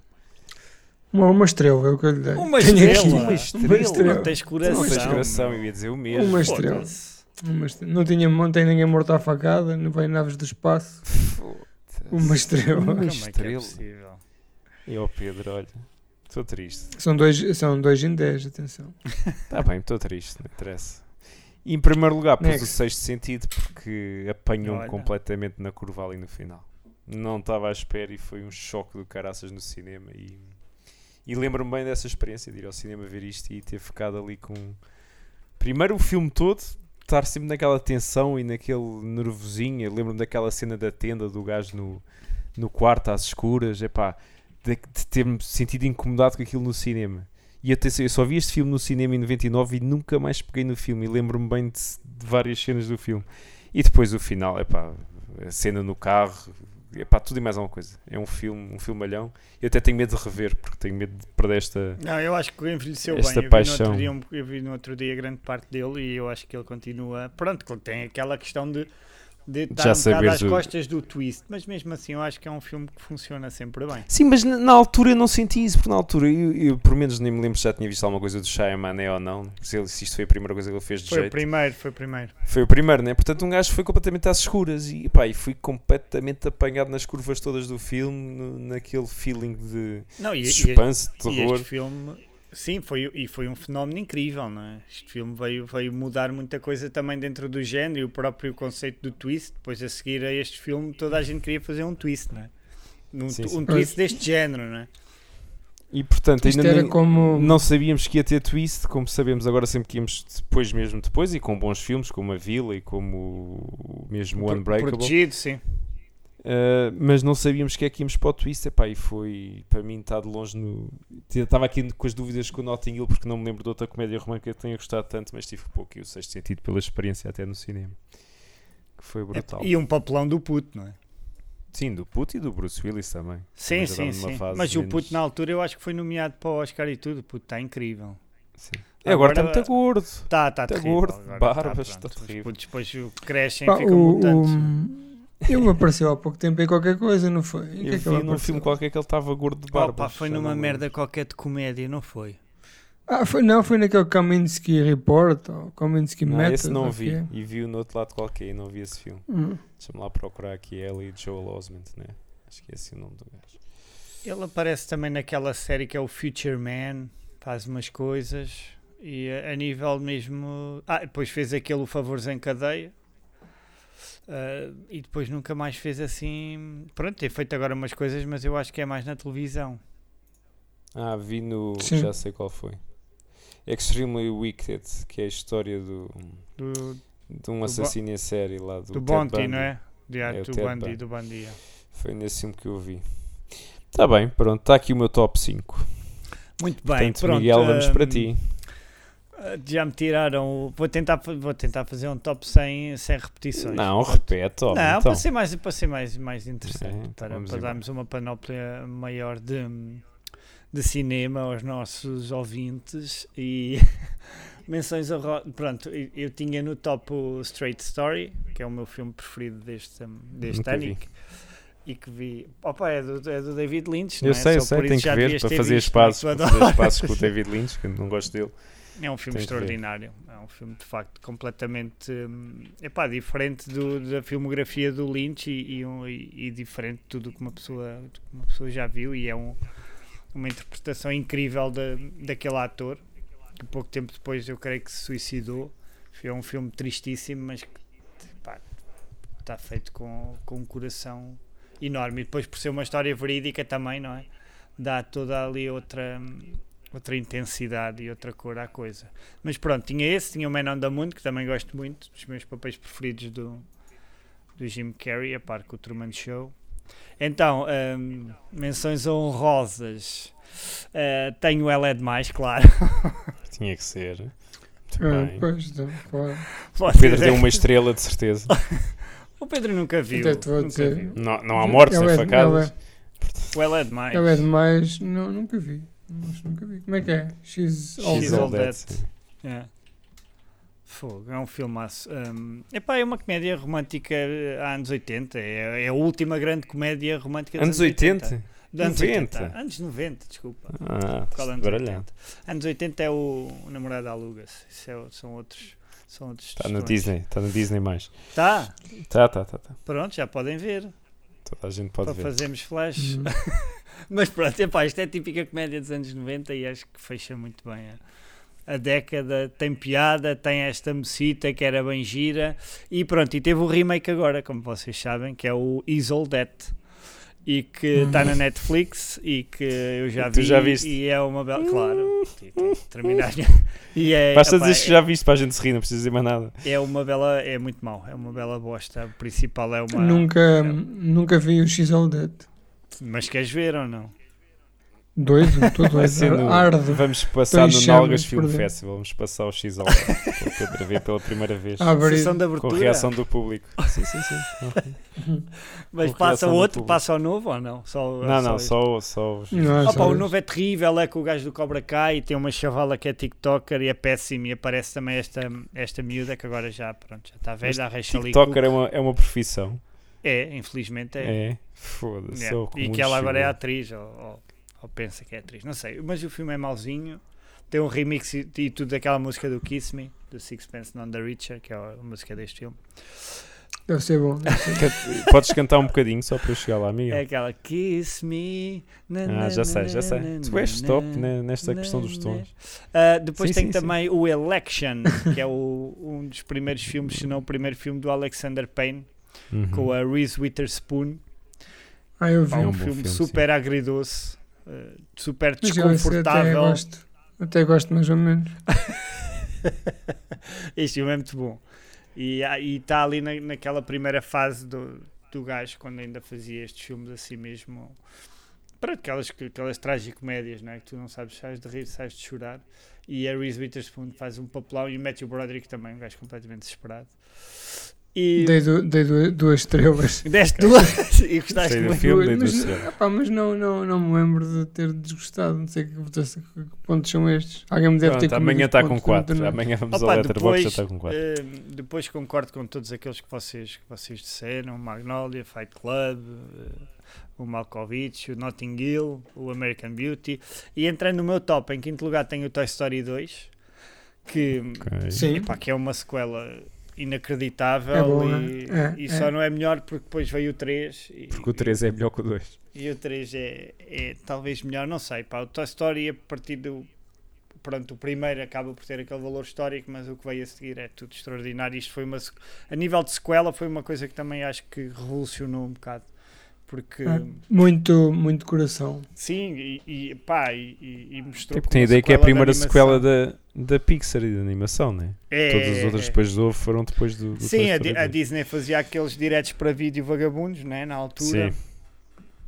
Uma, uma estrela é o que eu lhe dei. Uma Tenho aqui estrela? Uma estrela. Uma estrela. Não tens Não coração. sei coração, eu ia dizer o mesmo. Uma Foda-se. estrela. Uma estrela. Não, tinha, não tem ninguém morto à facada, não vem naves do espaço. Uma estrela. Uma Como é que é estrela. possível? E ao Pedro, olha. Estou triste. São dois, são dois em 10, atenção. Tá bem, estou triste, não interessa. E em primeiro lugar pus Next. o sexto sentido porque apanhou-me Olha. completamente na curva ali no final. Não estava à espera e foi um choque do caraças no cinema e, e lembro-me bem dessa experiência de ir ao cinema ver isto e ter ficado ali com primeiro o filme todo estar sempre naquela tensão e naquele nervosinho. Eu lembro-me daquela cena da tenda do gajo no, no quarto às escuras, epá, de, de ter-me sentido incomodado com aquilo no cinema. E atenção, eu só vi este filme no cinema em 99 e nunca mais peguei no filme. E lembro-me bem de, de várias cenas do filme. E depois o final, epá, a cena no carro, epá, tudo e mais alguma coisa. É um filme, um filmalhão. Eu até tenho medo de rever, porque tenho medo de perder esta. Não, eu acho que envelheceu Esta bem. Eu vi, no paixão. outro dia, um- eu vi no outro dia grande parte dele e eu acho que ele continua. Pronto, que ele tem aquela questão de, de estar Já um bocado saberes às o- costas do twist, mas mesmo assim eu acho que é um filme que funciona sempre bem. Sim, mas na na altura eu não senti isso, porque na altura eu, eu, pelo menos nem me lembro se já tinha visto alguma coisa do Shyamalan é ou não, né? se, ele- se isto foi a primeira coisa que ele fez de Foi o jeito. primeiro, foi o primeiro. Foi o primeiro, né? Portanto, um gajo foi completamente às escuras e, pá, e fui completamente apanhado nas curvas todas do filme, no- naquele feeling de Não, e, e- suspense, de e terror. este filme, sim, foi, e foi um fenómeno incrível, não é? Este filme veio, veio mudar muita coisa também dentro do género e o próprio conceito do twist. Depois a seguir a este filme, toda a gente queria fazer um twist, não é? Um, Sim, tu- sim. um twist deste género, não é? E portanto, Isto ainda era nem- como- não sabíamos que ia ter twist, como sabemos agora sempre que íamos depois mesmo depois, e com bons filmes, como A Vila e como o- mesmo o Unbreakable. Protegido, sim. Uh, mas não sabíamos que é que íamos para o twist, epá, e foi para mim está de longe no. Estava aqui com as dúvidas com o Notting Hill porque não me lembro de outra comédia romântica que tenha gostado tanto, mas tive pouco e o sexto sentido pela experiência até no cinema. Que foi brutal. E um papelão do puto, não é? Sim, do Puto e do Bruce Willis também. Sim, Também já sim, estava numa sim. fase Mas o menos- puto na altura eu acho que foi nomeado para o Oscar e tudo. O puto está incrível. Sim. É, agora está Agora- muito gordo. Está, está Tá terrível. gordo, agora barbas, tá pronto. terrível. Os putos depois crescem Pá, e ficam mutantes. ele apareceu há pouco tempo em qualquer coisa, não foi? Em que é Eu que vi ele num apareceu? filme qualquer que ele estava gordo de barba. Opa, foi numa merda qualquer de comédia, não foi? Ah, foi, não, foi naquele Kaminsky Report ou Kaminsky Não, Method. esse ou não o vi. quê. E vi o no outro lado qualquer e não vi esse filme. Hum. Deixa-me lá procurar aqui ela e Joel Osment, né? Acho que é esse o nome do gajo. Ele aparece também naquela série que é o Future Man, faz umas coisas e a, a nível mesmo. Ah, depois fez aquele O Favores em Cadeia. Ah, e depois nunca mais fez assim. Pronto, tem feito agora umas coisas, mas eu acho que é mais na televisão. Ah, vi no. Sim. Já sei qual foi. É Extremely Wicked, que é a história do, Do, de um Bo- assassino em série lá do. do Ted Bounty, Bundy. não é? De, ah, É o do Ted Bundy, Bundy. do Bundy. é. Foi nesse filme que eu vi. Tá bem, pronto, está aqui o meu top 5. Muito bem, Portanto, pronto. Miguel, vamos hum, para ti. ah, Já me tiraram. o- Vou tentar, fa- vou tentar fazer um top sem, sem repetições. Não, repete, ó. Não, então. para ser mais, para ser mais, mais interessante, então para, vamos para embora. darmos uma panóplia maior de, de cinema aos nossos ouvintes e menções a ro- Pronto, eu, eu tinha no top o Straight Story, que é o meu filme preferido deste, deste Nunca ano vi. e que- e que vi. Opa, é do, é do David Lynch, Eu não é? sei, eu Só sei, por isso tenho que já ver devias para ter fazer visto, é? espaços, mas tu para fazer adoras. espaços com o David Lynch, que não gosto dele. É um filme Tem que ver. extraordinário. É um filme de facto completamente hum, epá, diferente do- da filmografia do Lynch e, e um- e- e diferente de tudo o que uma pessoa, do que uma pessoa já viu. E é um- uma interpretação incrível da, daquele ator que pouco tempo depois eu creio que se suicidou. É um filme tristíssimo, mas que epá, está feito com, com um coração enorme. E depois, por ser uma história verídica também, não é? Dá toda ali outra. hum, Outra intensidade e outra cor à coisa. Mas pronto, tinha esse, tinha o Man on the Moon, que também gosto muito, dos meus papéis preferidos do, do Jim Carrey, a par com o Truman Show. Então, hum, menções honrosas. Ah, tenho ela é demais, claro. Tinha que ser. Muito Ah, bem. pois, então, claro. Pedro deu um- Vocês é- uma estrela, de certeza. O Pedro nunca viu. Até te vou nunca Então, dizer. viu. Não, não há mortes, Ele sem é- facadas. O ela é demais. Ele é demais. Não, nunca vi. Mas nunca vi. Como é que é? She's all She's She's that. all all that. that. É. Fogo, é um filmaço. Hum, epá, é uma comédia romântica eh, há anos 80. É, é a última grande comédia romântica dos Anos 80? De Anos 90. 80. Anos 90, desculpa. Ah, Qual é anos baralhão. 80? Anos 80 é o, o namorado aluga-se. Isso é o- são outros. São outros Está Tá no tostões. Disney, está no Disney mais. Tá, Tá, tá, tá, tá. pronto, já podem ver. Toda a gente pode para ver. fazermos flash. Mas pronto, epá, isto é típica comédia dos anos 90 e acho que fecha muito bem a, a década. Tem piada, tem esta mocita que era bem gira. E pronto, e teve o remake agora, como vocês sabem, que é o Isoldet. E que está na Netflix e que eu já Tu vi. já viste? E é uma bela. Claro, tem- tem que terminar. E é, Basta epá, dizer que já viste para a gente se rir, não precisa dizer mais nada. é uma bela. É muito mau, é uma bela bosta. O principal é uma. Nunca, nunca vi o She's all that. Mas queres ver ou não? Dois, um, estou Vai dois. ser no- Arde. Vamos passar Dois no Nalgas chamas Film por dentro. Festival, vamos passar o X ao porque outra vez pela primeira vez. Abre. Sessão de Com abertura. a reação do público. Sim, sim, sim. Mas com passa reação do outro, público. passa ao novo ou não? Só, Não, não, este. só, só os. Não, é Opa, só o dois. novo é terrível, é com o gajo do Cobra Kai e tem uma chavala que é TikToker e é péssimo e aparece também esta, esta miúda que agora já, pronto, já está velha, arrecha ali. TikToker é uma, é uma profissão. É, infelizmente é. É. Foda-se. Yeah. é o que o E mundo que ela agora é chegou. atriz, ou, ou- ou pensa que é atriz, não sei. Mas o filme é mauzinho, tem um remix e, e tudo daquela música do Kiss Me, do Sixpence None the Richer, que é a música deste filme. Deve ser bom. deve ser. Can- Podes cantar um bocadinho só para eu chegar lá, É Miguel? aquela Kiss Me. na, Ah, na, já sei, na, já sei. na, Tu na, és na, top na. né, nesta questão dos tons. Ah, depois Sim, tem sim, sim. também o Election, que é o- um dos primeiros filmes, se não o primeiro filme do Alexander Payne, Uhum. com a Reese Witherspoon. Ah, eu vi. Pá, É um, um bom filme, filme, super agridoce, eh, super Mas eu esse até desconfortável. gosto. Até gosto mais ou menos. este filme é muito bom. E está ali na- naquela primeira fase do, do gajo, quando ainda fazia estes filmes assim mesmo. Para aquelas, que- aquelas tragicomédias, não é? Que tu não sabes, sais de rir, sais de chorar. E a Reese Witherspoon faz um papelão e o Matthew Broderick também, um gajo completamente desesperado. E Dei, du- dei du- duas estrelas. deste duas e gostaste Sei do muito. filme, dei do Mas, céu. epá, mas não, não, não me lembro de ter desgostado. Não sei que, votasse- que pontos são estes. Alguém me deve Pronto, ter amanhã tá está com 4. 4. Amanhã vamos ao Opa, Letterboxd, já depois, está com 4. eh, depois concordo com todos aqueles que vocês, que vocês disseram: Magnolia, Fight Club, eh, o Malkovich, o Notting Hill, o American Beauty. E entrei no meu top, em quinto lugar tenho o Toy Story 2, que, Sim. epá, que é uma sequela inacreditável É boa, e, é, e é. só não é melhor porque depois veio o 3 e, Porque o 3 é melhor que o 2. e o 3 é, é talvez melhor, não sei. Pá, o Toy Story, a partir do. Pronto, o primeiro acaba por ter aquele valor histórico, mas o que veio a seguir é tudo extraordinário. Isto foi uma. sequ- A nível de sequela, foi uma coisa que também acho que revolucionou um bocado. Porque. Muito, muito coração. Sim, e, e pá, e, e- e mostrou. Tipo, como tem a ideia que é sequela a da primeira animação- sequela da, da Pixar e da animação, né? É, Todas as é, outras é. depois do foram depois do. do Sim, Toy a, Story Di- a dois. Disney fazia aqueles diretos para vídeo vagabundos, né? Na altura. Sim.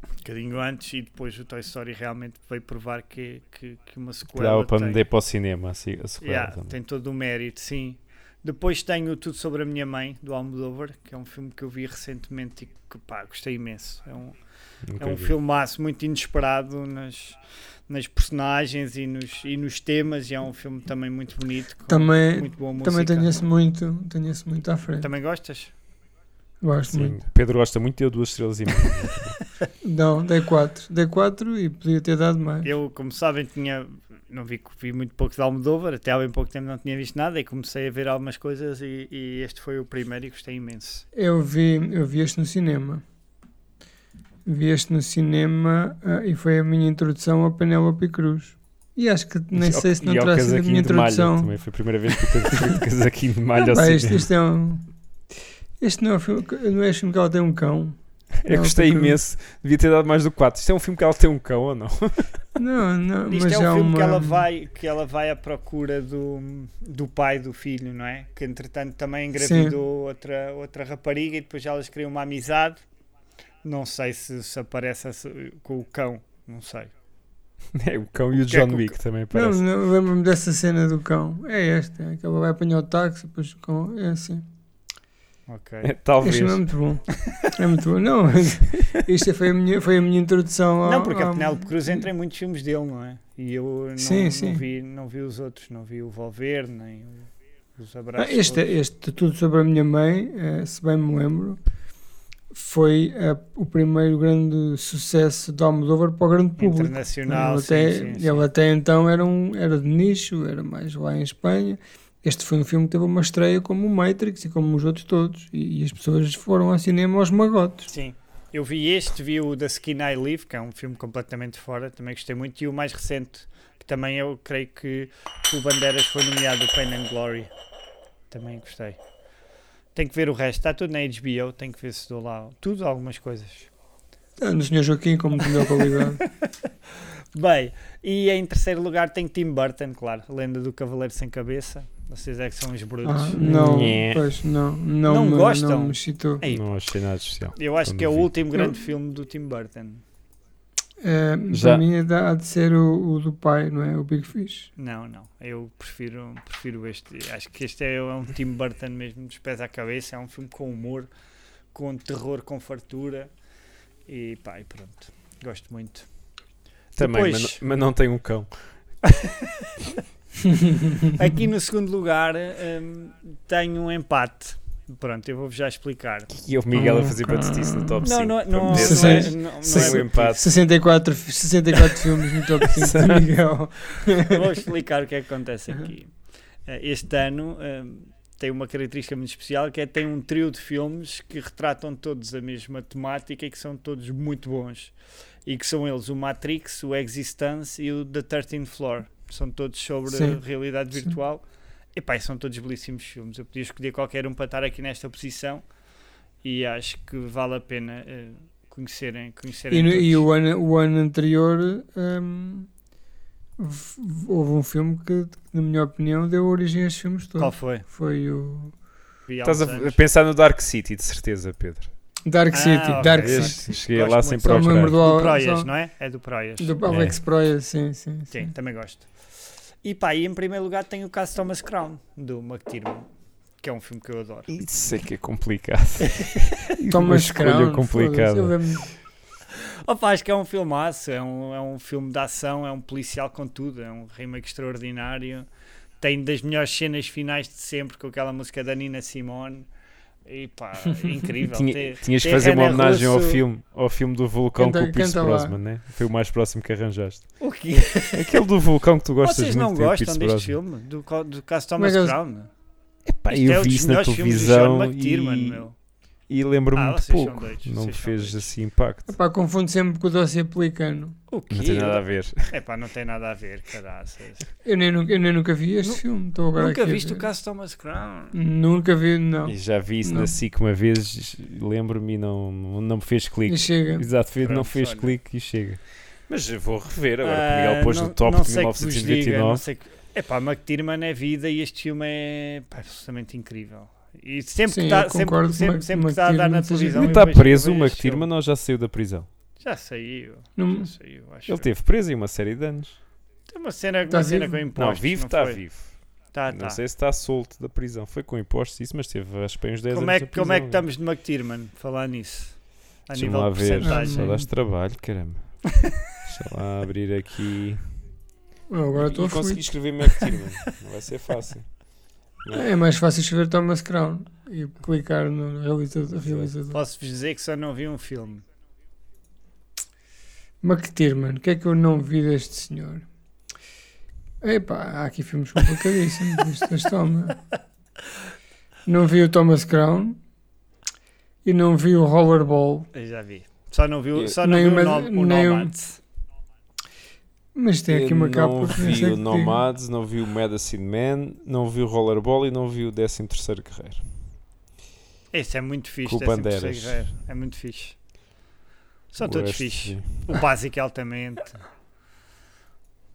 Um bocadinho antes, e depois o Toy Story realmente veio provar que, que, que uma Que sequela. dava para tem- meter para o cinema assim, a sequela Yeah, também. tem todo o mérito, sim. Depois tenho Tudo Sobre a Minha Mãe, do Almodóvar, que é um filme que eu vi recentemente e que pá, gostei imenso. É um, é Nunca um vi. filmaço muito inesperado nas, nas personagens e nos, e nos temas, e é um filme também muito bonito, com Também, muito boa música. também tenho esse muito, tenho esse muito à frente. Também gostas? Gosto Sim, muito. Pedro gosta muito, deu duas estrelas e meia. Não, dei 4. Dei 4 e podia ter dado mais. Eu, como sabem, tinha, não vi, vi muito pouco de Almodóvar, até há bem pouco tempo não tinha visto nada, e comecei a ver algumas coisas, e, e este foi o primeiro e gostei imenso. Eu vi, eu vi este no cinema. Vi este no cinema ah, e foi a minha introdução a Penélope Cruz. E acho que nem E ao- sei se não e ao terá sido a casaquinho minha de malha, introdução. Também assim. foi a primeira vez que eu tive de casaquinho de malha ao Pá, cinema. este, este é um. Este não é, um filme, que- não é este filme que ela tem um cão. Eu gostei porque- imenso. Devia ter dado mais do 4. Isto é um filme que ela tem um cão ou não? Não, não, Isto mas é um filme uma... que, ela vai, que ela vai à procura do, do pai do filho, não é? Que entretanto também engravidou outra, outra rapariga e depois elas criam uma amizade. Não sei se, se aparece essa- com o cão, não sei. É o cão e o que é que John o Wick também Não, parece. não lembro-me dessa cena do cão. É esta, é que ela vai apanhar o táxi, depois o cão. É assim. Ok. Talvez. Este filme é muito bom. É muito bom. Não, isto foi a minha, foi a minha introdução ao. Não, porque a ao- Penélope Cruz entra em muitos filmes dele, não é? E eu não, ah, hum. Sim, não sim. vi, não vi os outros, não vi o Valverde, nem o- os Ah, abraços. Este, todos. este Tudo Sobre a Minha Mãe, eh, se bem me lembro, foi eh, o primeiro grande sucesso de Almodóvar para o grande público. internacional, ele, sim, até, sim, sim. ele até então era, um, era de nicho, era mais lá em Espanha. Este foi um filme que teve uma estreia como o Matrix e como os outros todos. E, e as pessoas foram ao cinema aos magotes. Sim. Eu vi este, vi o da Skin I Live, que é um filme completamente fora, também gostei muito, e o mais recente, que também eu creio que o Bandeiras foi nomeado o Pain and Glory. Também gostei. Tenho que ver o resto, está tudo na HBO, tenho que ver se dou lá tudo, algumas coisas. Ah, No Sr. Joaquim, como de melhor qualidade. Bem, e em terceiro lugar tem Tim Burton, claro, Lenda do Cavaleiro Sem Cabeça. Vocês é que são os brutos. Ah, não, Nhé. pois, não, não, Não me, gostam? não me citou. Ei, Não achei nada especial. eu acho quando que é o vi. último grande filme do Tim Burton. Eh, Já. Para mim é da- há de ser o, o do pai, não é? O Big Fish. Não, não. Eu prefiro, prefiro este. Acho que este é um Tim Burton mesmo, dos pés à cabeça. É um filme com humor, com terror, com fartura. E pá, e pronto. Gosto muito. Também, mas, Depois- não- mas não tem um cão. Aqui no segundo lugar hum, tenho um empate. Pronto, eu vou-vos já explicar. E o Miguel a Ah, fazer cara. batutice no top 5. assim? Não, não, não, não, meter é, sim. não, não Sim. Tem um é- empate. 64, fi- 64 filmes no top 5 de Miguel. Eu Vou explicar o que é que acontece aqui. Eh, Este ano eh, tem uma característica muito especial que é tem um trio de filmes que retratam todos a mesma temática e que são todos muito bons. E que são eles o Matrix, o Existence e o The 13th Floor. São todos sobre Sim. realidade Sim. virtual. Epá, e são todos belíssimos filmes. Eu podia escolher qualquer um para estar aqui nesta posição e acho que vale a pena eh, conhecerem, conhecerem E, no- e todos. o, ano, o ano anterior hum, v- v- houve um filme que, na minha opinião, deu origem a estes filmes Qual todos. foi? Foi o Vi há Estás uns a anos. pensar no Dark City, de certeza, Pedro. Dark Ah, City. ok. Dark Sim. City. Este, cheguei Gosto lá muito. sem Só me procurar. lembro do, Do Al- Proias, só- não é? É do Proias. do É. Alex Proyas, sim, sim. Sim, também gosto. E pá, e em primeiro lugar tem o caso Thomas Crown, do McTiernan, que é um filme que eu adoro. Isso é que é complicado. Uma Thomas escolha Crown. complicada. foda-se, eu lembro- Opa, acho que é um filmaço, é um, é um filme de ação, é um policial com tudo, é um remake extraordinário. Tem das melhores cenas finais de sempre, com aquela música da Nina Simone. E pá, é incrível. Tem- Tinha, tinhas de tem fazer uma René homenagem ao Russo. filme, ao filme do vulcão Canta- com o Pierce canta lá. Brosnan, né? Foi o mais próximo que arranjaste. O quê? Aquele do vulcão que tu gostas Vocês muito não tem o gostam Pierce deste Brosnan. filme? Do, co- do caso Thomas Mas eu- Crown? Pá, Isto eu é um vi dos isso na melhores filmes do John televisão McTiernan, e, meu. e lembro-me Ah, muito vocês são pouco. dois, Não vocês me são fez dois. assim impacto. Epá, confundo sempre com o dossiê pelicano. O quê? Não tem nada a ver. É pá, não tem nada a ver, caraças. Eu nem, nu- eu nem nunca vi este Nu- filme. Estou agora Nunca aqui a viste o ver. caso Thomas Crown? Nunca vi, não. E já vi isso na Não. SIC uma vez, lembro-me e não, não me fez E clique. chega. Exato, fez- não Pronto, fez olha. clique e chega. Mas eu vou rever Ah, agora, que o Miguel pôs não- no top não de sei que vos diga, não 1999. sei que- Epá, McTiernan é vida e este filme é pá, absolutamente incrível. E sempre Sim, que está eu concordo sempre, que sempre, sempre Mac- que está a dar na McTiernan seja televisão. Ele eu está vejo- preso, eu o vejo este McTierman filme. não já saiu da prisão. Já saiu. Não- Já saiu, acho. Ele eu. esteve preso em uma série de anos. Tem uma cena, Tá uma cena vivo? com Não, impostos. vivo não está foi? vivo. Tá, Não tá. sei se está solto da prisão. Foi com impostos isso, mas teve acho que bem uns 10 Como é, anos. que- na como é que prisão, estamos de McTiernan? Falar nisso. A Deixa-me nível lá de ver. Ah, Só percentagem. sim. dás trabalho, caramba. Deixa lá abrir aqui. Eu agora estou e a fluir. consegui escrever McTiernan. Não vai ser fácil. É mais fácil escrever Thomas Crown e clicar no realizador. realizador. Posso-vos dizer que só não vi um filme. McTierman, o que é que eu não vi deste senhor? Epá, há aqui filmes complicadíssimos. Isto este homem. Não vi o Thomas Crown e não vi o Rollerball. Eu já vi. Só não vi, o- Eu- só não Nem vi uma- o nome. O nem um- nome antes. Mas tem aqui uma Eu capa Não que nem vi sei o que Nomads, não vi o Medicine Man, não vi o Rollerball e não vi o 13 terceiro Guerreiro. Esse é muito fixe. Com deve ser bandeiras. possível ver. É muito fixe. São O todos resto fixes. vi. O básico é altamente.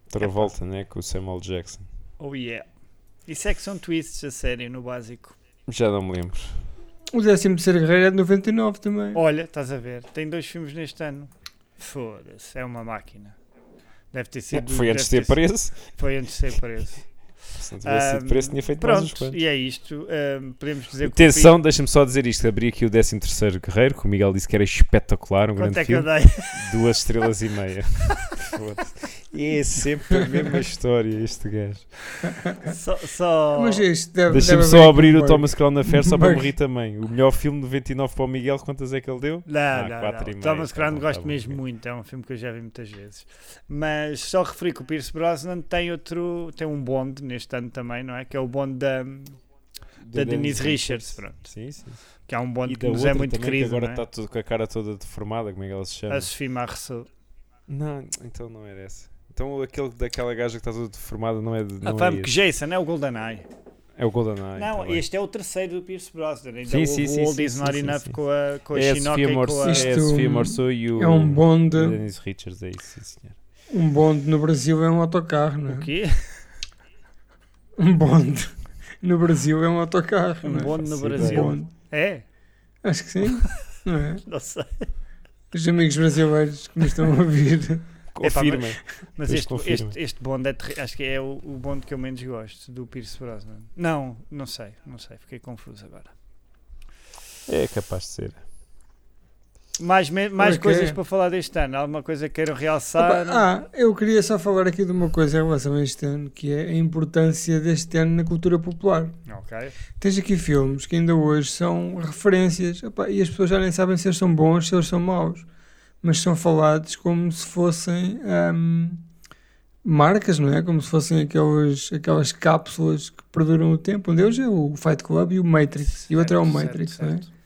Travolta, né? Com o Samuel Jackson. Oh yeah. Isso é que são twists a sério no básico. Já não me lembro. O 13 terceiro guerreiro é de 99 Oh, também. Olha, estás a ver. Tem dois filmes neste ano. Foda-se. É uma máquina. Deve ter sido. Foi antes de deve ter preso. sido- Foi antes de ser preso. Se não tivesse sido Ahm, preso, tinha feito mais uns Pronto, quantos. e é isto. Ahm, podemos dizer que o Atenção, deixa-me só dizer isto. Abri aqui o 13 terceiro Guerreiro, que o Miguel disse que era espetacular, um Quanto grande é que eu filme. dei? Duas estrelas e meia. Foda-se. é sempre a mesma história este gajo. Só. só... Mas este deve, Deixa-me deve só haver abrir aqui um o bug. Thomas Crown na Fer só para Bug. morrer também. O melhor filme de 99 para o Miguel, quantas é que ele deu? Não, Ah, não, quatro e não. meio, Thomas tá Crown bom, tá gosto bom, mesmo ok. muito, é um filme que eu já vi muitas vezes. Mas só referi que o Pierce Brosnan tem outro, tem um bonde neste ano também, não é? Que é o bonde da, da Denise Richards, pronto. Sim, sim. Que é um bonde E que da nos é outra muito também, querido, que agora tá não é? está tudo com a cara toda deformada, como é que ela se chama? A Sophie Marceau. Não, então não era essa. Então aquele daquela gaja que está toda deformada não é de. Ah, Não é, Vamos que esse. Jason, é o GoldenEye. é o GoldenEye. não, tá bem. este é o terceiro do Pierce Brosnan. Ainda Sim, houve sim, o sim, Old sim, Is sim, Not sim, Enough sim. com a, com a é a Shinoca Sofia e com Morceau, a... é a Isto Sofia Morceau e o. É um bonde, a Denise Richards, é isso, sim, senhor. um bonde no Brasil é um autocarro, não O é? quê? Um bonde no Brasil é um autocarro, Um não é? bonde no É? Faço Um ideia. Brasil. bonde. É? Acho que sim, não é? Não sei. Os amigos brasileiros que nos estão a ouvir. É Confirmem. Mas Pois este, confirma. este, este bonde é terri- acho que é o, o bonde que eu menos gosto, do Pierce Brosnan. Não, não sei, não sei, fiquei confuso agora. É capaz de ser. Mais, me- mais Ok. coisas para falar deste ano, alguma coisa que queiram realçar? Opa, ah, eu queria só falar aqui de uma coisa em relação a este ano, que é a importância deste ano na cultura popular. Ok. Tens aqui filmes que ainda hoje são referências epá, e as pessoas já nem sabem se eles são bons, se eles são maus, mas são falados como se fossem ahm, marcas, não é? Como se fossem aquelas, aquelas cápsulas que perduram o tempo. Um deles é o Fight Club e o Matrix, e o outro é o Certo, Matrix, certo, não é? certo.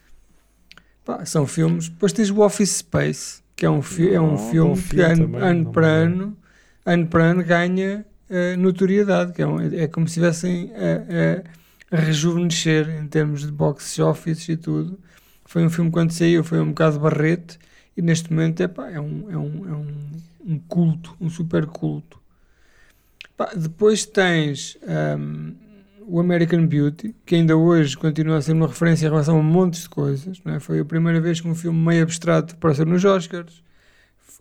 Pá, são filmes. Depois tens o Office Space, que é um, fi é um Não, filme Oh, bom que filme ano, também, ano não para me lembro. ano, ano para ano ganha eh, notoriedade, que é, um- é como se estivessem a, a rejuvenescer em termos de box office e tudo. Foi um filme que quando saiu, foi um bocado barrete e neste momento epá, é, um, é, um, é um, um culto, um super culto. Pá, depois tens hum, ahm, o American Beauty, que ainda hoje continua a ser uma referência em relação a montes de coisas. Não é? Foi a primeira vez que um filme meio abstrato apareceu nos Oscars.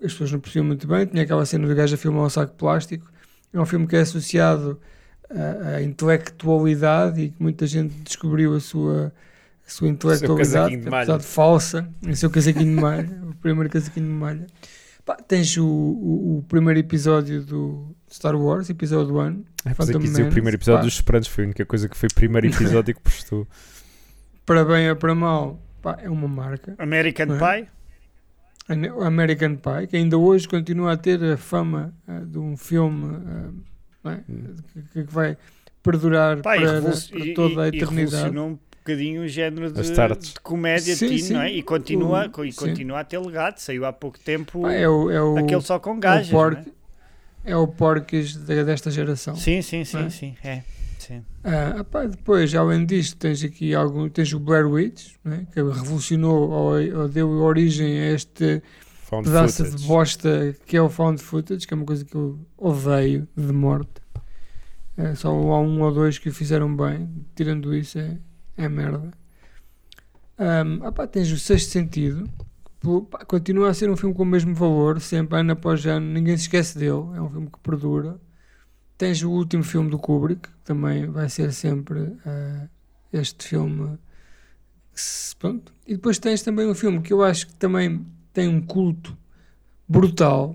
As pessoas não percebiam muito bem. Tinha aquela cena do gajo a filmar um saco de plástico. É um filme que é associado à, à intelectualidade e que muita gente descobriu a sua, a sua intelectualidade, casaquinho de que malha. apesar de falsa, o seu casaquinho de malha, o primeiro casaquinho de malha. Pá, tens o, o- o primeiro episódio do Star Wars, episódio 1. É por isso Phantom que dizer, o Menace, primeiro episódio pá. dos Esperantes foi a única coisa que foi primeiro episódio que prestou. Para bem ou para mal, pá, é uma marca. American Não é? Pie? O American Pie, que ainda hoje continua a ter a fama ah, de um filme ah, não é? que, que vai perdurar Pá, e para, revolu- para e- toda a e- e eternidade. revolucionou um bocadinho o género As de, tardes. de comédia Sim, teen, sim. não é? E continua, O- co- e sim. continua a ter legado. Saiu há pouco tempo Pá, é o, é o, aquele só com é o gajas, não é? porc- é o Porques de- desta geração. Sim, sim, sim, é? sim, é. Sim. Ah, ah pá, depois, além disto, tens aqui algum, tens o Blair Witch, né, que revolucionou ou, ou deu origem a este Found pedaço footage. de bosta que é o found footage, que é uma coisa que eu odeio de morte. É, só há um ou dois que o fizeram bem, tirando isso é, é merda. Ahm, ah pá, tens o Sexto Sentido, Pô, pá, continua a ser um filme com o mesmo valor, sempre ano após ano, ninguém se esquece dele, é um filme que perdura. Tens o último filme do Kubrick, que também vai ser sempre ah, este filme. que se- Pronto. E depois tens também um filme que eu acho que também tem um culto brutal,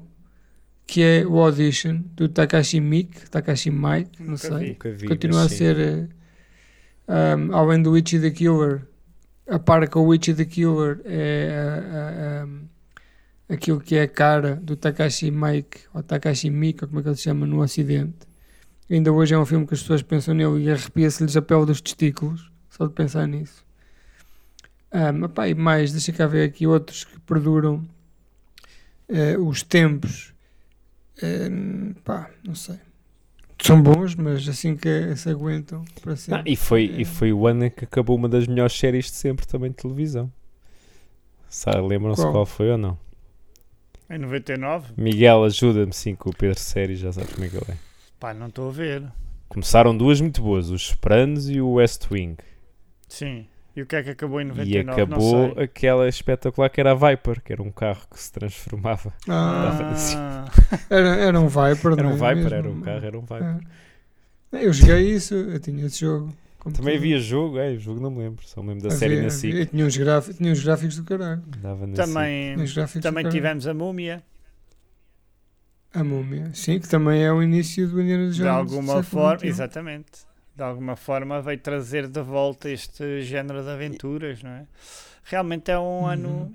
que é o Audition, do Takashi Miike, Takashi Mike, não Nunca vi. sei Nunca vi, continua mas a sim. ser eh, um, além do Witch e the Killer a par com o Witch e the Killer é a- a- um, aquilo que é a cara do Takashi Mike ou Takashi Miike ou como é que ele se chama no ocidente ainda hoje é um filme que as pessoas pensam nele e arrepia-se-lhes a pele dos testículos só de pensar nisso um, epá, e mais, deixa cá ver aqui outros que perduram eh, os tempos Eh, pá, não sei são bons, mas assim que se aguentam para Ah, sempre. e, foi, É. e foi o ano em que acabou uma das melhores séries de sempre também de televisão. Sabe, Lembram-se Qual? qual? foi ou não? Em 99? Miguel, ajuda-me sim com o Pedro Série, já sabe como é que ele é. Pá, não estou a ver. Começaram duas muito boas, os Sopranos e o West Wing. Sim. E o que é que acabou em e 99? Não acabou sei. aquela espetacular que era a Viper, que era um carro que se transformava. Ah, Ah, era, era um Viper, Era um não é Viper, mesmo? Ah, era um carro, era um Viper. É. Eu joguei isso, eu tinha esse jogo. como Também tu. havia jogo, é, o jogo não me lembro, só me lembro da Havia- série na havia- SIC. e Tinha uns, gráficos, tinha uns gráficos do caralho. Dava na SIC. também, Tinha uns gráficos também do caralho. tivemos a múmia. A Múmia, sim, que também é o início do Indiana Jones. é? de alguma do século forma, XXI. exatamente. De alguma forma veio trazer de volta este género de aventuras, não é? Realmente é um ano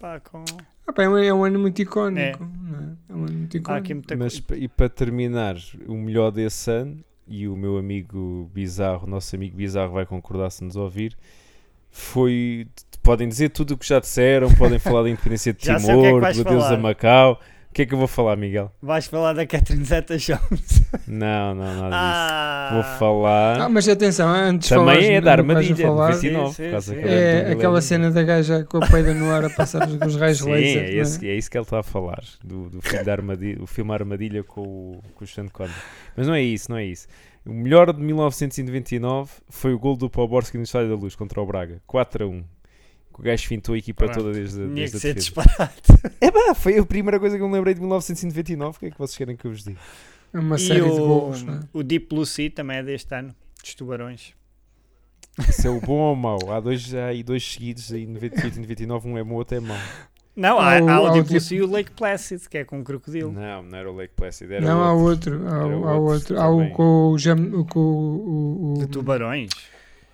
pá, com. Ah, pá, é, um, é um ano muito icónico. É. não é? É um ano muito Há aqui icónico. muita Mas coisa. pa- e para terminar, o melhor desse ano, e o meu amigo bizarro, nosso amigo bizarro vai concordar se nos ouvir, foi. t- Podem dizer tudo o que já disseram, podem falar da independência de Já sei o que é que Timor, vais do Deus falar. a Macau. O que é que eu vou falar, Miguel? Vais falar da Catherine Zeta Jones. Não, não, nada disso. Ah, Vou falar. Ah, mas atenção, antes de falares Também é no- da no que vais armadilha, a de falar, 29. Sim, por causa sim, daquela sim. né? do É Guilherme. aquela cena da gaja com a peida no ar a passar os os raios Sim, laser. é, não é? esse- é isso que ele está a falar, do, do filme da Armadilha, o filme Armadilha com o, com o Sean Connery. Mas não é isso, não é isso. O melhor de 1999 foi o gol do Poborski no Estádio da Luz contra o Braga, 4 a 1. que o gajo fintou a equipa Pá, toda desde, Tinha desde que a ser defesa. disparado. É pá, foi a primeira coisa que eu me lembrei de 1999. O que é que vocês querem que eu vos diga? É uma e série o, de gols, não é? o Deep Blue Sea também é deste ano, dos tubarões. Isso é o bom ou o mau? Há dois, há aí dois seguidos, em 98 e 99, um é bom, outro é mau. Não, há, Há o- há o há o Deep Blue Deep- Sea e o Lake Placid, que é com um crocodilo. Não, não era o Lake Placid, era não, o há outro. outro. Há, Era o- o há outro outro. Há o também. com o. Jam, o, com o, o- De tubarões?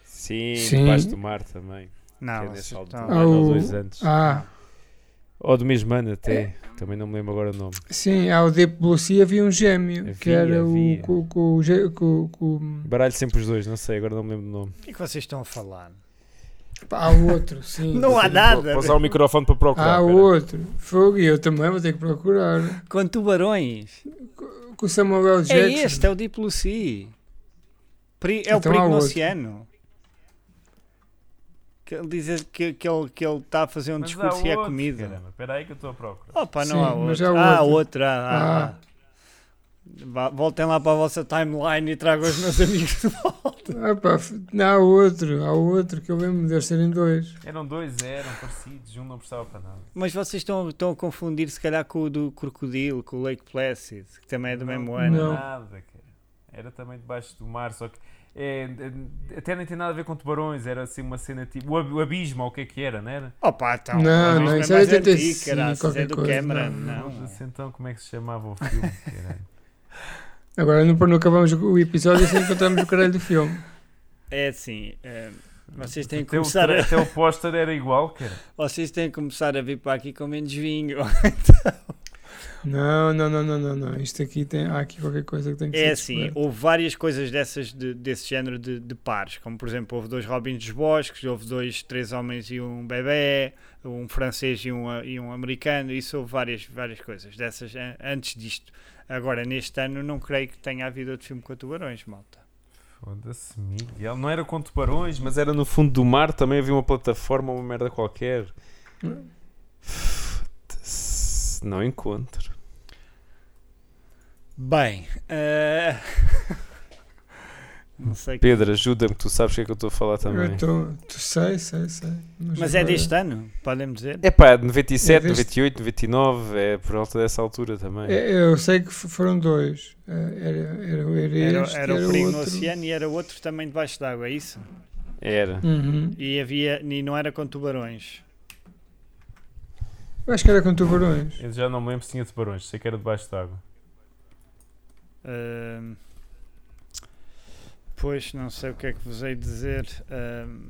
Sim, Sim. debaixo do mar também. Não. que é vocês dessa altura, estão- há Ah, o- dois anos. Ah, Ou do mesmo ano até. Também não me lembro agora o nome. sim, há o Deep Blue Sea havia um gêmeo, que Havia, era o. havia. Com, com, o ge- com, com, Baralho sempre os dois, não sei, agora não me lembro do nome. O que é que vocês estão a falar? pá, há o outro, sim. Não há nada um Vou usar o microfone para procurar. Ah, Há pera. o outro. Fogo, e eu também vou ter que procurar. com tubarões. Com o Samuel L. É Jackson. este, é o Deep Blue Sea. Peri- é o Então há perigo no outro. oceano. Que ele diz que, que ele que ele está a fazer um discurso e é comida. Ah, Espera aí que eu estou a procurar. Opa, não Sim, há mas outro. há Ah, outro. outro. ah, ah, Ah. ah. Vá, Voltem lá para a vossa timeline e tragam os meus amigos de volta. Ah, pá, f- não, há outro, há outro que eu lembro de eles serem dois. Eram dois, eram parecidos, um não prestava para nada. Mas vocês estão, estão a confundir, se calhar, com o do crocodilo, com o Lake Placid, que também é do mesmo ano. Não. Nada, cara. Era também debaixo do mar, só que. é, é, até nem tem nada a ver com tubarões, era assim uma cena tipo. O ab- o abismo, ou o que é que era, não era? Opa, então. Não, mas não, é isso é mais 85, antigo, caraças, qualquer é do coisa, Cameron, não, não. Mas assim, então, como é que se chamava o filme? caralho? Agora não, não acabamos o episódio sem encontrarmos o caralho do filme. É assim, eh, vocês têm que até, o, começar a, até o póster era igual, cara. vocês têm que começar a vir para aqui com menos vinho. Não, não, não, não, não, não. Isto aqui tem. Há aqui qualquer coisa que tem que ser. É assim, descoberta. houve várias coisas dessas de- desse género de, de pares, como por exemplo, houve dois Robins dos Bosques, houve dois, três homens e um bebê, um francês e um, a- e um americano, isso houve várias, várias coisas dessas an- antes disto. Agora, neste ano, não creio que tenha havido outro filme com tubarões, malta. Foda-se, Miguel. Não era com tubarões, mas era no fundo do mar. Também havia uma plataforma, uma merda qualquer. Foda-se, Não encontro. Bem, eh, não sei. que- Pedro, ajuda-me, tu sabes o que é que eu estou a falar Eu também. estou. Tu sei, sei, sei. Mas é agora- deste ano, podem-me dizer? É pá, 97, É deste- 98, 99, é por alta dessa altura também. É, Eu sei que f- foram dois. Eh, Era, era, era Era, este, era o perigo no outro. oceano e era outro também debaixo d'água, é isso? Era. Uhum. E, havia, e não era com tubarões. Eu acho que era com tubarões. Eu já não me lembro se tinha tubarões, sei que era debaixo d'água. Ahm, Ehm, pois, não sei o que é que vos hei de dizer. Ahm,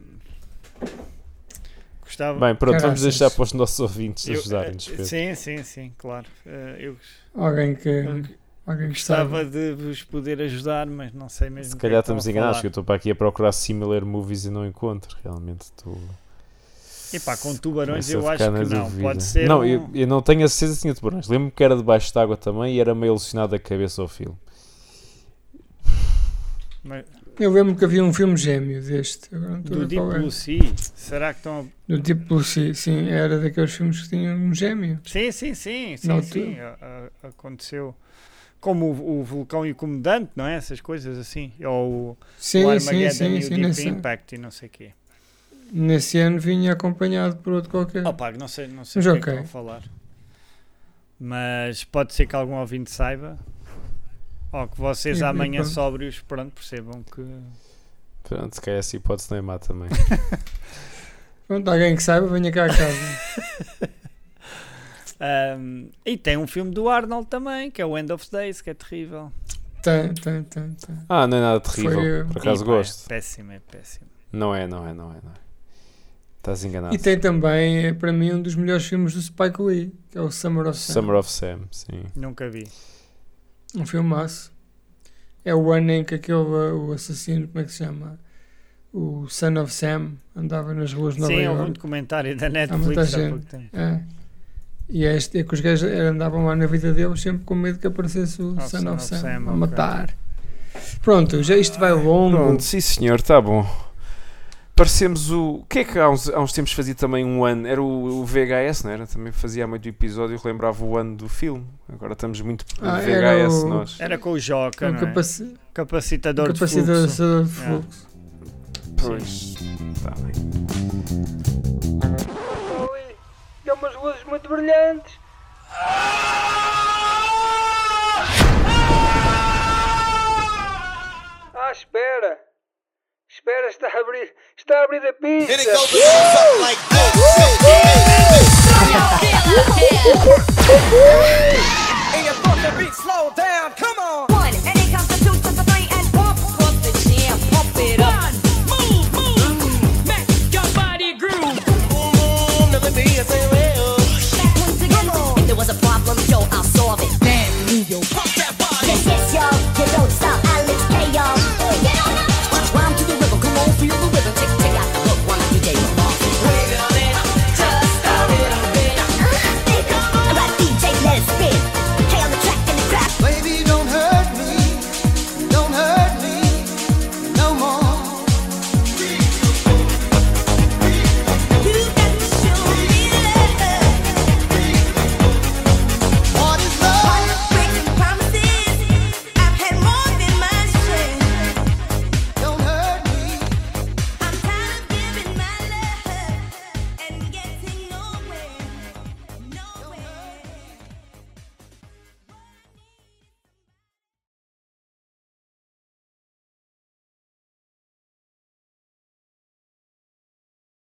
gostava. Bem, pronto, vamos Caraças. deixar para os nossos ouvintes eu- ajudarem-nos, eh, Pedro. Sim, sim, sim, claro. Eh, eu gos- Alguém que. Alguém que gostava sabe. de vos poder ajudar, mas não sei mesmo. Se o que é calhar que estava estamos a enganados, falar. que eu estou para aqui a procurar similar movies e não encontro. Realmente estou. Epá, com tubarões Começo a eu acho ficar na que não. dúvida. Pode ser. Não, um- eu, eu não tenho a certeza se tinha tubarões. Lembro-me que era debaixo d'água também e era meio alucinado da cabeça ao filme. mas- Eu lembro que havia um filme gêmeo deste. Agora não estou do a ver Deep qual é. Blue Sea, será que estão. a- Do Deep Blue Sea, sim, era daqueles filmes que tinham um gêmeo. Sim, sim, sim, sim, Não, sim. a- a- aconteceu. Como o, o vulcão e o comandante, não é? Essas coisas assim. Ou o, o Sim, sim, Armageddon sim, e o sim. Deep Nesse, Impact e não sei o quê. nesse ano vinha acompanhado por outro qualquer. Opa, não sei, não sei Hum. Mas o que é que ok. vão falar. Mas pode ser que algum ouvinte saiba. Ou que vocês E- e amanhã pronto. sóbrios, pronto, percebam que. Pronto, se calhar essa hipótese não é má também. Pronto, alguém que saiba, venha cá a casa. Ahm, e tem um filme do Arnold também, que é o End of Days, que é terrível. tem, tem, tem, tem. Ah, não é nada terrível. Foi, eh, Por acaso E, pá, É gosto. péssimo, é péssimo. Não é, não é, não é, não é. Estás enganado. E tem também, é, para mim, um dos melhores filmes do Spike Lee, que é o Summer of Sam. Summer of Sam, sim. Nunca vi. Um filmaço. É o ano em que aquele, uh, o assassino, como é que se chama? O Son of Sam andava nas ruas de Nova Sim, houve um York. documentário da muita Netflix há gente. pouco tempo. É. E é este, é que os gajos andavam lá na vida deles sempre com medo que aparecesse o Oh, Son of Sam a ok. matar. Pronto, já isto vai longo. Pronto, sim senhor, está bom. Parecemos o. O que é que há uns, há uns tempos fazia também um ano? Era o, o VHS, não era? Também fazia há muito episódio e relembrava o ano do filme. Agora estamos muito Ah, era VHS o- nós. Era com o É Joca, um não é? capaci- capacitador de capacitador fluxo. de fluxo. Yeah. Pois. Está bem. ali. Deu umas luzes muito brilhantes. Ah, espera. Espera, está a abrir, está a abrir a And it goes pista. something like this. And you fuck the beat, slow down, come on. One, and it comes to two, comes to three, and pump, pump the jam, pump it up.